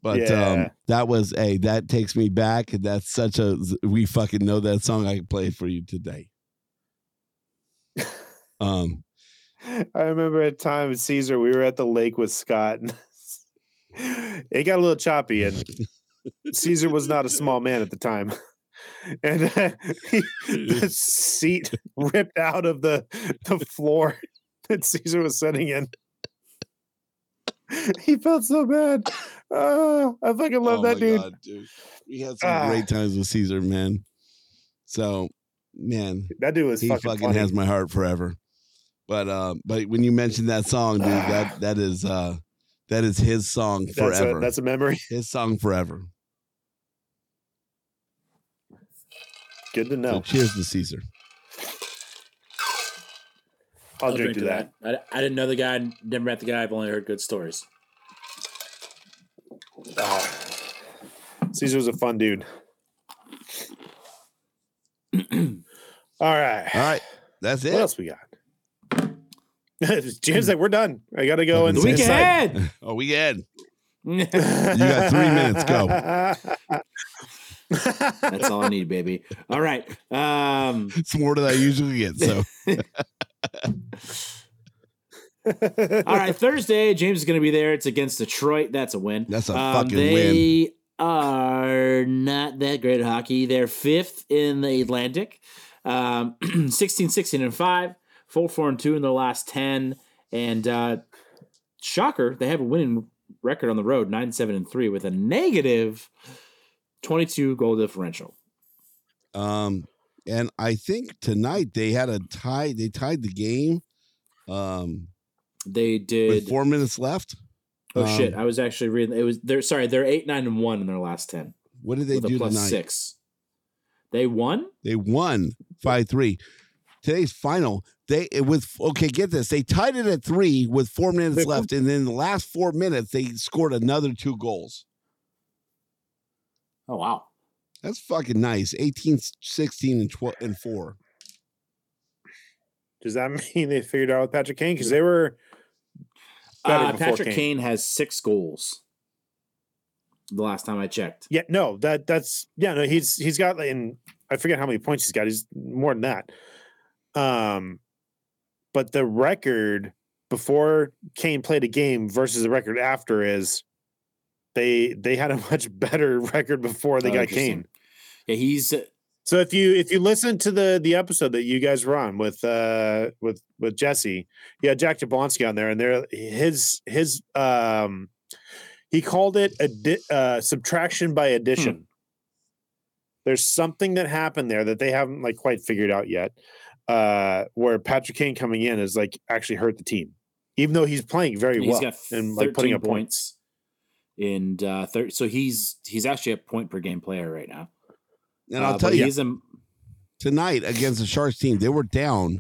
But um,
Yeah.
that was a that takes me back. That's such a we fucking know that song. I can play it for you today. Um,
I remember a time at Caesar, we were at the lake with Scott, and it got a little choppy, and Caesar was not a small man at the time. And uh, he, the seat ripped out of the the floor that Caesar was sitting in. He felt so bad. Oh, I fucking love
oh
that
my
dude.
God, dude. We had some
Ah.
great times with Caesar, man. So, man,
That dude was
he
fucking,
fucking,
funny.
has my heart forever. But um, but when you mentioned that song, dude, that that is uh, that is his song
that's
forever.
a, that's a memory.
his song forever.
Good to
So
know.
cheers to Caesar.
I'll, drink, to that.
I, I didn't know the guy. Never met the guy. I've only heard good stories.
Oh. Caesar was a fun dude. All right.
All right, that's it.
What else we got? James, like, we're done. I gotta go and
The
say
week
aside.
ahead.
Oh, we good.
got
three minutes, go.
That's all I need, baby. All right. Um,
It's more than I usually get. So
all right. Thursday, James is going to be there. It's against Detroit. That's a win.
That's a
Um,
fucking
they
win.
are not that great at hockey. They're fifth in the Atlantic, um, 16, 16, and 5, 4, 4, and 2 in their last 10. And uh, shocker, they have a winning record on the road, 9, 7, and 3, with a negative 22 goal differential.
Um, and I think tonight they had a tie. They tied the game. Um,
They
with
did.
four minutes left.
oh, shit.
Um,
I was actually reading. It was, they're sorry, they're 8, 9, and 1 in their last 10.
What did they
with a
do
plus
tonight?
six. They won?
They won five three. Today's final. They it was okay. Get this. They tied it at three with four minutes left, and then the last four minutes they scored another two goals.
Oh, wow.
That's fucking nice. 18, 16, and twelve and four.
Does that mean they figured out with Patrick Kane? Because they were better
Uh,
before
Patrick
Kane.
Kane has six goals. The last time I checked,
Yeah, no, that that's yeah, no, he's he's got like, and I forget how many points he's got. He's more than that. Um but the record before Kane played a game versus the record after is they they had a much better record before they
Oh,
got
interesting.
Kane.
yeah, he's uh,
So if you if you listen to the the episode that you guys were on with uh with with Jesse, yeah, Jack Jablonski on there, and there his his um He called it addi- uh, subtraction by
Hmm.
addition. There's something that happened there that they haven't like quite figured out yet. Uh, where Patrick Kane coming in is like actually hurt the team, even though he's playing very
He's
well
got
and
and
like putting up points.
points. And uh, thir- so he's he's actually a point per game player right now.
And
Uh,
I'll tell
but
you,
he's a
tonight against the Sharks team, they were down.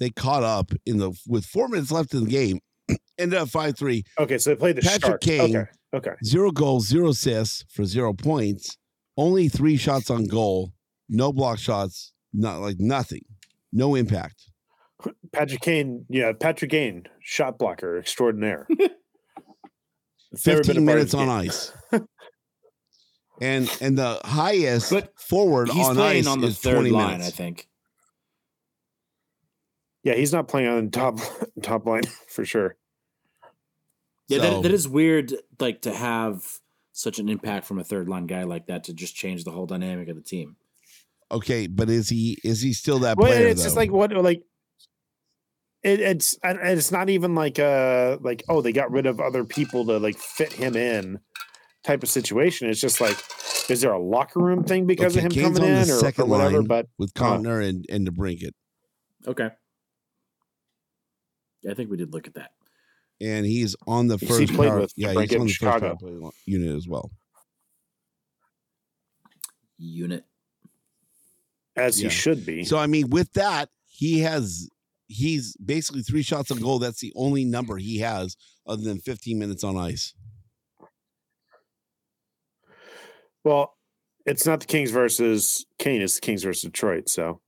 They caught up in the with four minutes left in the game. Ended up five three,
Okay, so they played the
Patrick
Sharks.
Kane.
Okay, okay.
zero goals, zero assists for zero points. Only three shots on goal, no block shots, not like nothing, no impact.
Patrick Kane, yeah, Patrick Kane, shot blocker extraordinaire. It's never been a
Fifteen
part of
minutes
the
on
game.
ice, and and the highest
But
forward
he's
on ice
playing on the
is
third
twenty
line,
minutes.
I think.
Yeah, he's not playing on top top line for sure.
Yeah,
So-
that, that is weird. Like to have such an impact from a third line guy like that to just change the whole dynamic of the team.
Okay, but is he is he still that
Well,
player?
it's just
though?
like what like it, it's and and it's not even like uh like oh they got rid of other people to like fit him in type of situation. It's just like is there a locker room thing because
Okay,
of him
Kane's
coming
on the
in or, or
second
whatever?
line
But
with
uh,
Contner and and DeBrinket.
Okay. Yeah, I think we did look at that.
and he's on the
He
first
played
power,
with
yeah,
Frank
he's
in
on the first power
Chicago.
play lo- unit as well.
Unit.
as
Yeah.
he should be.
So I mean, with that, he has he's basically three shots on goal. That's the only number he has other than 15 minutes on ice.
Well, it's not the Kings versus Kane; it's the Kings versus Detroit. So,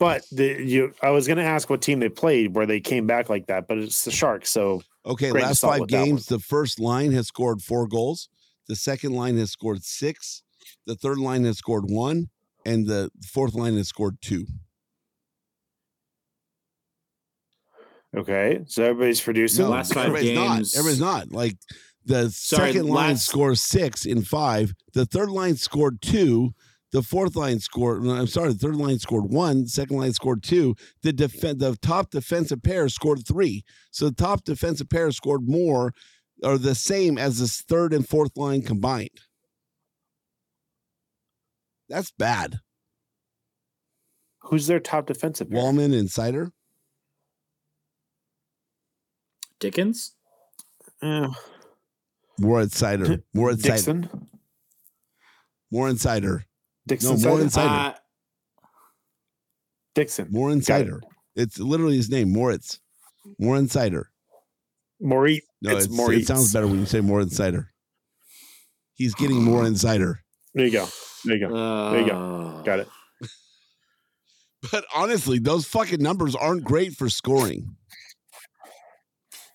but the you, I was going to ask what team they played where they came back like that, but it's the Sharks. So,
Okay,
Grain of
last
salt
five
with that one.
games, the first line has scored four goals. The second line has scored six. The third line has scored one, and the fourth line has scored two.
okay, so everybody's producing.
No. last five
everybody's
games-
Not, everybody's not. Like the
Sorry,
second line
last-
scores six in five. The third line scored two. The fourth line scored. no, I'm sorry. The third line scored one. The second line scored two. The def- the top defensive pair scored three. So the top defensive pair scored more, or the same as this third and fourth line combined. That's bad.
Who's their top defensive? pair?
Wallman and Cider.
Dickens?
Eh,
More at Cider. More at Cider.
Dixon.
More Cider.
Dixon.
No, more
Sider?
in Cider.
Uh,
Dixon.
More
Got it.
Insider. It's literally his name, Moritz. More Insider.
Maurice.
No,
it's,
it's-
Maurice.
it sounds better when you say more Insider. He's getting more Insider.
There you go. There you go.
there
you
go.
Got it.
But honestly, those fucking numbers aren't great for scoring.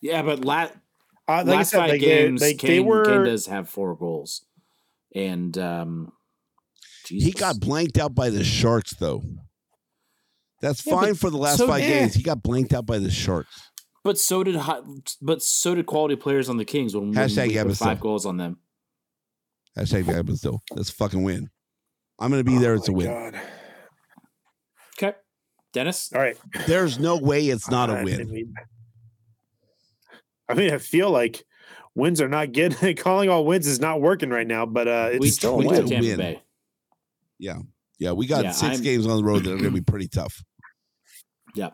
Yeah, but la-
Uh, like I
last
said,
five
like, they-
games,
they,
Kane,
they were.
Kane does have four goals. And um, Jesus.
He got blanked out by the Sharks, though. That's
Yeah, but
fine for the last
so
five
did-
games. He got blanked out by the Sharks.
But so did hot, but so did quality players on the Kings when, when
Hashtag
we put
Emerson.
five goals on them.
Hashtag that happens, though. That's a fucking win. I'm going to be there.
Oh
It's a
my
win.
God.
Okay, Dennis.
All right.
There's no way it's not a
I
win.
mean- I mean, I feel like wins are not good. Calling all wins is not working right now, but uh, it's
we
still
we
a
win.
took
win.
Tampa
Win.
Bay.
Yeah, we got
Yeah,
6
I'm-
games on the road that are going to be pretty tough.
Yeah.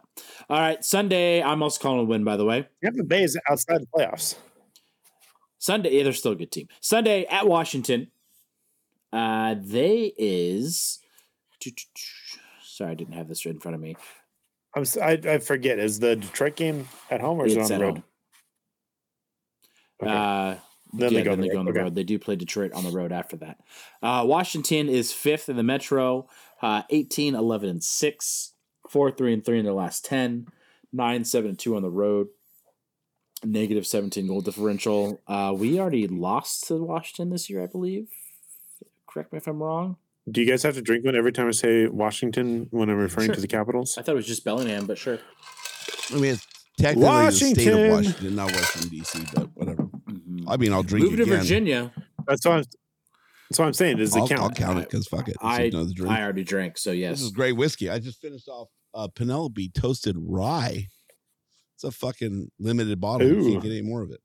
All right, Sunday. I'm also calling a win. By the way,
Tampa Bay is outside the playoffs.
Sunday. Yeah, they're still a good team. Sunday at Washington. Uh, they is. Sorry, I didn't have this right in front of me.
I'm, si I forget. Is the Detroit game at home or is
It's
it on
at
the road?
home.
Okay.
Uh,
Then they
yeah,
go
then
on
they
the
go on the
road. Okay.
road. They do play Detroit on the road after that. Uh, Washington is fifth in the Metro, uh, 18, 11, and 6, 4, 3, and 3 in their last 10, 9, 7, and 2 on the road, negative 17 goal differential. Uh, we already lost to Washington this year, I believe. Correct me if I'm wrong.
Do you guys have to drink one every time I say Washington when I'm referring
Sure.
to the Capitals?
I thought it was just Bellingham, but sure.
I mean, it's technically the state
Washington.
of Washington, not Washington D.C., but whatever.
Mhm.
I mean, I'll drink
Moving to
again.
Virginia.
That's what I'm, that's what I'm saying. Does it
I'll,
count?
I'll count it because fuck it. It's
I-
another drink.
I already drank, so
This is
yes.
great whiskey. I just finished off uh, Penelope Toasted Rye. It's a fucking limited bottle. You
Ooh.
can't get any more of it.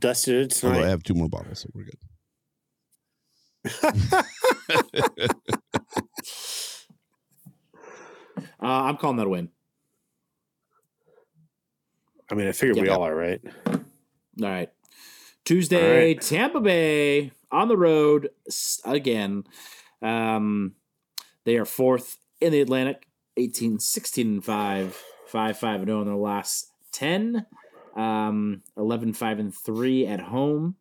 dusted it
Although I
tonight.
have two more bottles, so we're good.
Uh, I'm calling that a win.
I mean, I figure we
Yeah.
all are, right?
All right. Tuesday,
All right.
Tampa Bay on the road s- again. Um, they are fourth in the Atlantic, 18, 16, and 5, 5, 5 and 0 in their last 10, um, 11, 5 and 3 at home.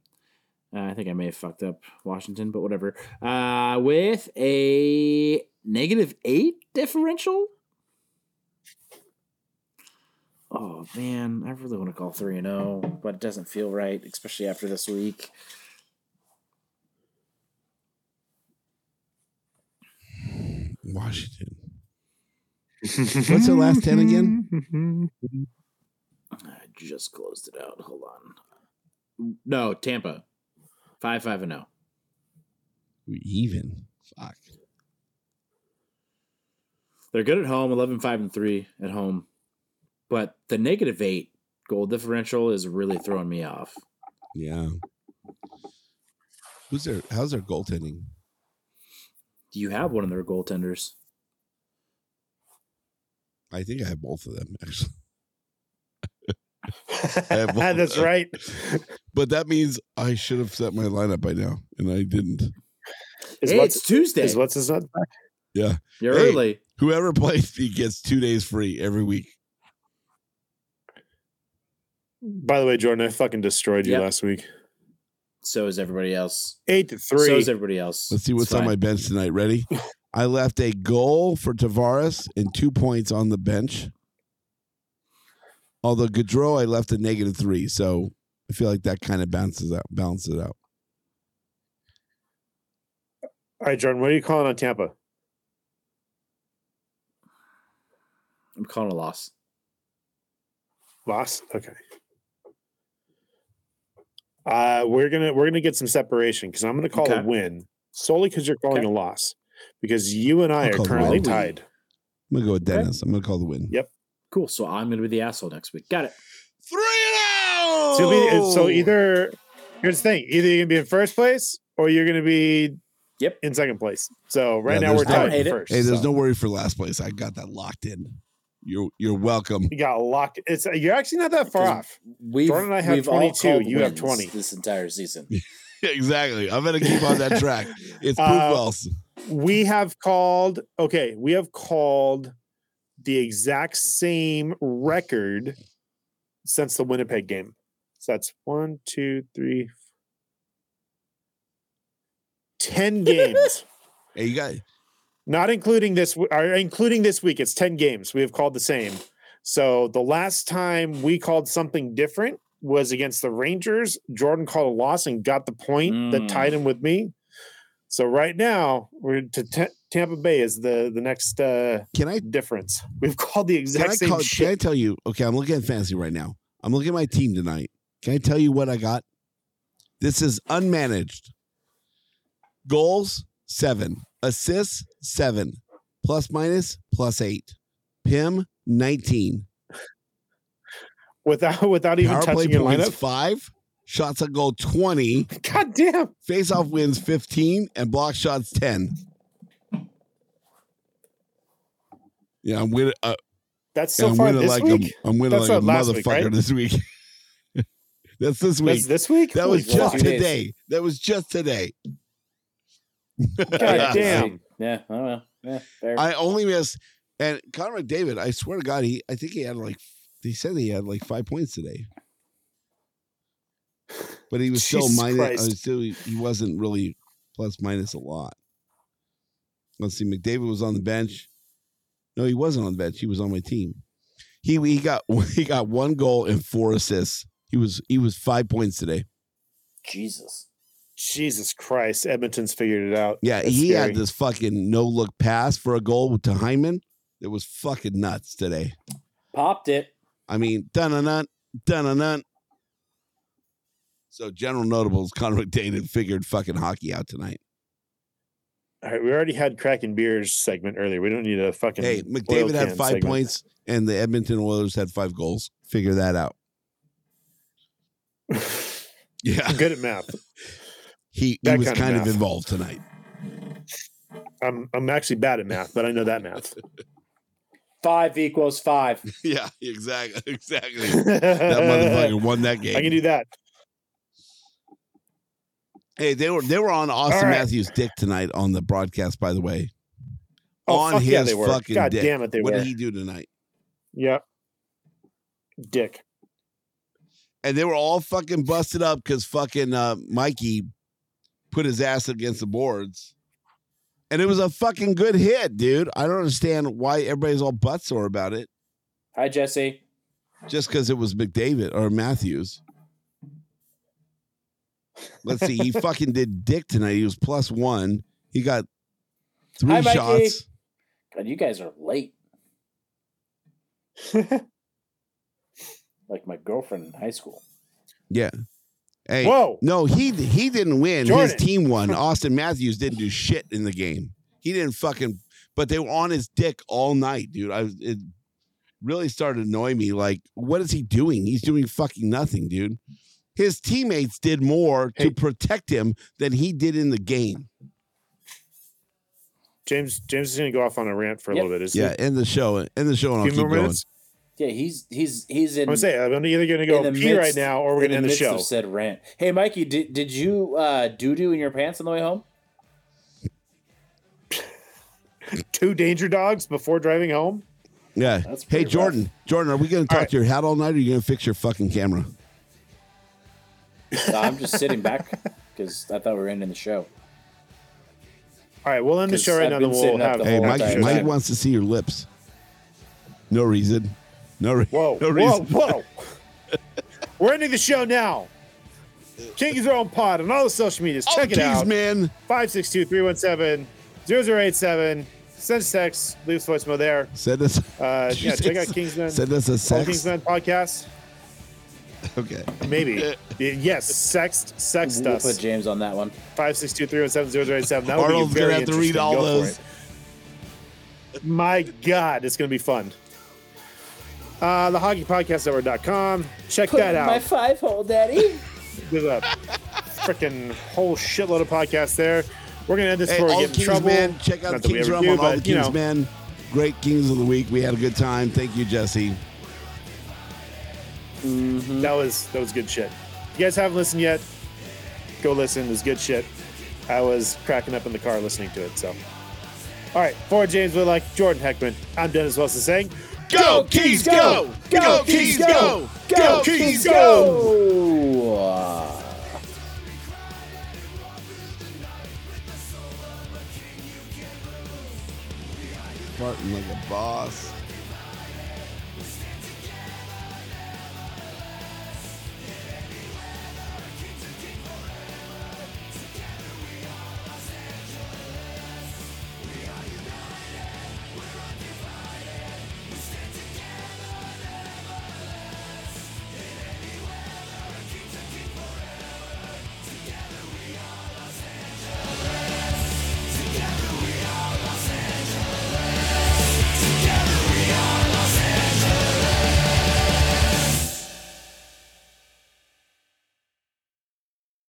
Uh, I think I may have fucked up Washington, but whatever. Uh, with a negative 8 differential. Oh man, I really want to call three and zero, but it doesn't feel right, especially after this week.
Washington. What's their last 10
Mm-hmm.
again?
I just closed it out. Hold on. No, Tampa, five five and oh. zero.
We even. Fuck.
They're good at home, 11 5 and three at home, but the negative eight goal differential is really throwing me off.
Yeah. Who's their how's their goaltending?
Do you have one of their goaltenders?
I think I have both of them actually. have all
That's
uh,
that.
right.
But that means I should have set my lineup by now, and I didn't.
Is
hey, it's
what's
Tuesday.
is what's his nut?
Yeah.
You're
Hey.
early.
Whoever plays me gets two days free every week.
By the way, Jordan, I fucking destroyed you
Yep.
last week.
So is everybody else.
Eight to three.
So is everybody else.
Let's see
It's
what's on
fine.
my bench tonight. Ready? I left a goal for Tavares and two points on the bench. Although Gaudreau, I left a negative three, so I feel like that kind of balances out. Balances it out.
all right, Jordan, what are you calling on Tampa?
I'm calling a loss.
Loss. Okay. Uh, we're gonna we're gonna get some separation because I'm gonna call
Okay.
a win solely because you're calling
Okay.
a loss because you and I
I'll
are
call the
currently
win.
tied.
I'm gonna go with Dennis. I'm gonna call the win.
Yep.
Cool. So I'm going to be the asshole next week. Got it.
Three and
oh!
Oh.
So, you'll be,
out.
so either here's the thing: either you're gonna be in first place or you're gonna be
Yep.
in second place. So right
Yeah,
now we're
there's no-
tied
I hate
for
it.
first.
Hey, there's
so
no worry for last place. I got that locked in. You're you're welcome.
you got locked. It's you're actually not that far
Because-
off.
We've,
Jordan and I have
we've all
22,
called
you have
wins
20.
this entire season.
exactly. I'm gonna keep on that track. It's
Uh,
proof else.
we have called okay we have called the exact same record since the winnipeg game so that's one two three ten games
Hey, you got
not including this w- or including this week it's 10 games we have called the same so the last time we called something different was against the rangers jordan called a loss and got the point that
Mm.
tied him with me so right now we're to Ta- tampa bay is the the next uh
can I
difference we've called the
can
exact
I
same
call, can I
shit
tell you? Okay, I'm looking at fantasy right now. I'm looking at my team tonight. Can I tell you what I got? This is unmanaged. Goals seven, assists seven, plus minus plus eight, PIM nineteen,
without without even
power play
touching your
points
lineup
five, shots on goal twenty,
god damn
face off wins fifteen, and block shots ten. Yeah, I'm winning. Uh,
that's so
I'm
far
winning
this
like
week
a, I'm winning
That's
like a
not last week,
motherfucker
right?
this week. That's this week.
that's this week
That was
Holy
just
fuck.
Two days.
today. That was just today.
god damn
Yeah, I don't know. Yeah, fair.
I only missed and Conrad David, I swear to God, he I think he had like they said he had like five points today. But he was still
Jesus
minus
Christ.
uh, still he he wasn't really plus minus a lot. Let's see, McDavid was on the bench. No, he wasn't on the bench. He was on my team. He he got he got one goal and four assists. He was he was five points today.
Jesus.
jesus christ edmonton's figured it out
Yeah,
That's
he
scary.
had this fucking no look pass for a goal to Hyman. It was fucking nuts today.
Popped it.
I mean, dun dun dun dun dun. So General Notable's Conrad David figured fucking hockey out tonight.
All right, we already had Kraken beers segment earlier. We don't need a fucking.
Hey,
oil
McDavid had
can
five
segment.
points and the Edmonton Oilers had five goals. Figure that out. Yeah,
I'm good at math.
he, he
that
was
kind of
kind of
math.
involved tonight.
I'm I'm actually bad at math, but I know that math.
Five equals five.
Yeah, exactly, exactly.
Uh,
that
I
motherfucker won that game.
can do that.
Hey, they were they were on Austin
All right.
Matthews' dick tonight on the broadcast. By the way,
Oh,
on
fuck
his
yeah, they were.
fucking
God
dick.
damn it, they
what
were.
did he do tonight?
Yep. Dick.
And they were all fucking busted up because fucking uh, Mikey put his ass against the boards, and it was a fucking good hit, dude. I don't understand why everybody's all butt sore about it
Hi, Jesse.
just because it was McDavid or Matthews. Let's see, he fucking did dick tonight. He was plus one. He got three
Hi, Mikey.
shots.
God, you guys are late. like my girlfriend in high school.
Yeah. Hey,
Whoa.
No, he he didn't win. His
Jordan.
team won. Austin Matthews didn't do shit in the game. He didn't fucking. But they were on his dick all night, dude. I was- it really started to annoy me. Like, what is he doing? He's doing fucking nothing, dude. His teammates did more
Hey.
to protect him than he did in the game.
James James is gonna go off on a rant for a
Yep.
little bit, isn't
Yeah,
he?
end the show. End the show, and I'll
Few
keep
more
going.
minutes?
Yeah, he's he's he's in.
I'm gonna say I'm either gonna
in
go
the
pee
midst-
right now or we're
in
gonna end the
midst
show.
Of said rant. Hey, Mikey, did did you uh, doo doo in your pants on the way home?
Two danger dogs before driving home.
Yeah.
That's
Hey,
pretty rough.
Jordan. Jordan, are we going to talk
right.
to your hat all night, or are you going to fix your fucking camera?
No, Uh, I'm just sitting back because I thought we were ending the show.
All right, we'll end the show
'Cause
right
I've
now. Then
been
we'll
sitting up
have
the
Hey,
whole
Mike.
entire
Mike
time.
wants to see your lips. No reason. No, re-
Whoa,
no
whoa,
reason.
whoa. We're ending the show now. King's Own Pod on all the social medias.
Oh,
Check it
geez,
out.
man.
562 317 0087. Send us text. Leave us voicemail there.
Send us.
Uh,
Did you
yeah,
say
check out
s-
Kingsman.
Send us a
All
sex.
Kingsman podcast.
Okay.
Maybe. Y- yes, sext, sext
We'll put
us.
James on that one.
562 317 0087. That would
Arnold's
be
gonna
very
have to read
interesting.
all
Go for
those.
it. My God, it's going to be fun. Uh, the hockeypodcastnetwork.com. Check that out.
five hole, Daddy.
There's a freaking whole shitload of podcasts there. We're gonna end this
Hey,
before we
all
get in
Kings
trouble.
Man. Check out
Not that
the
we
Kings
ever
Rum
do,
on all the
but, you
Kings
know,
Men. Great Kings of the week. We had a good time. Thank you, Jesse.
Mm, That was that was good shit. If you guys haven't listened yet, go listen. It was good shit. I was cracking up in the car listening to it. So, all right, for James Whitlock, Jordan Heckman, I'm Dennis Wilson saying,
Go, Kings, go! Go, Kings, go! Go, Kings, go!
go!
Farting like a boss.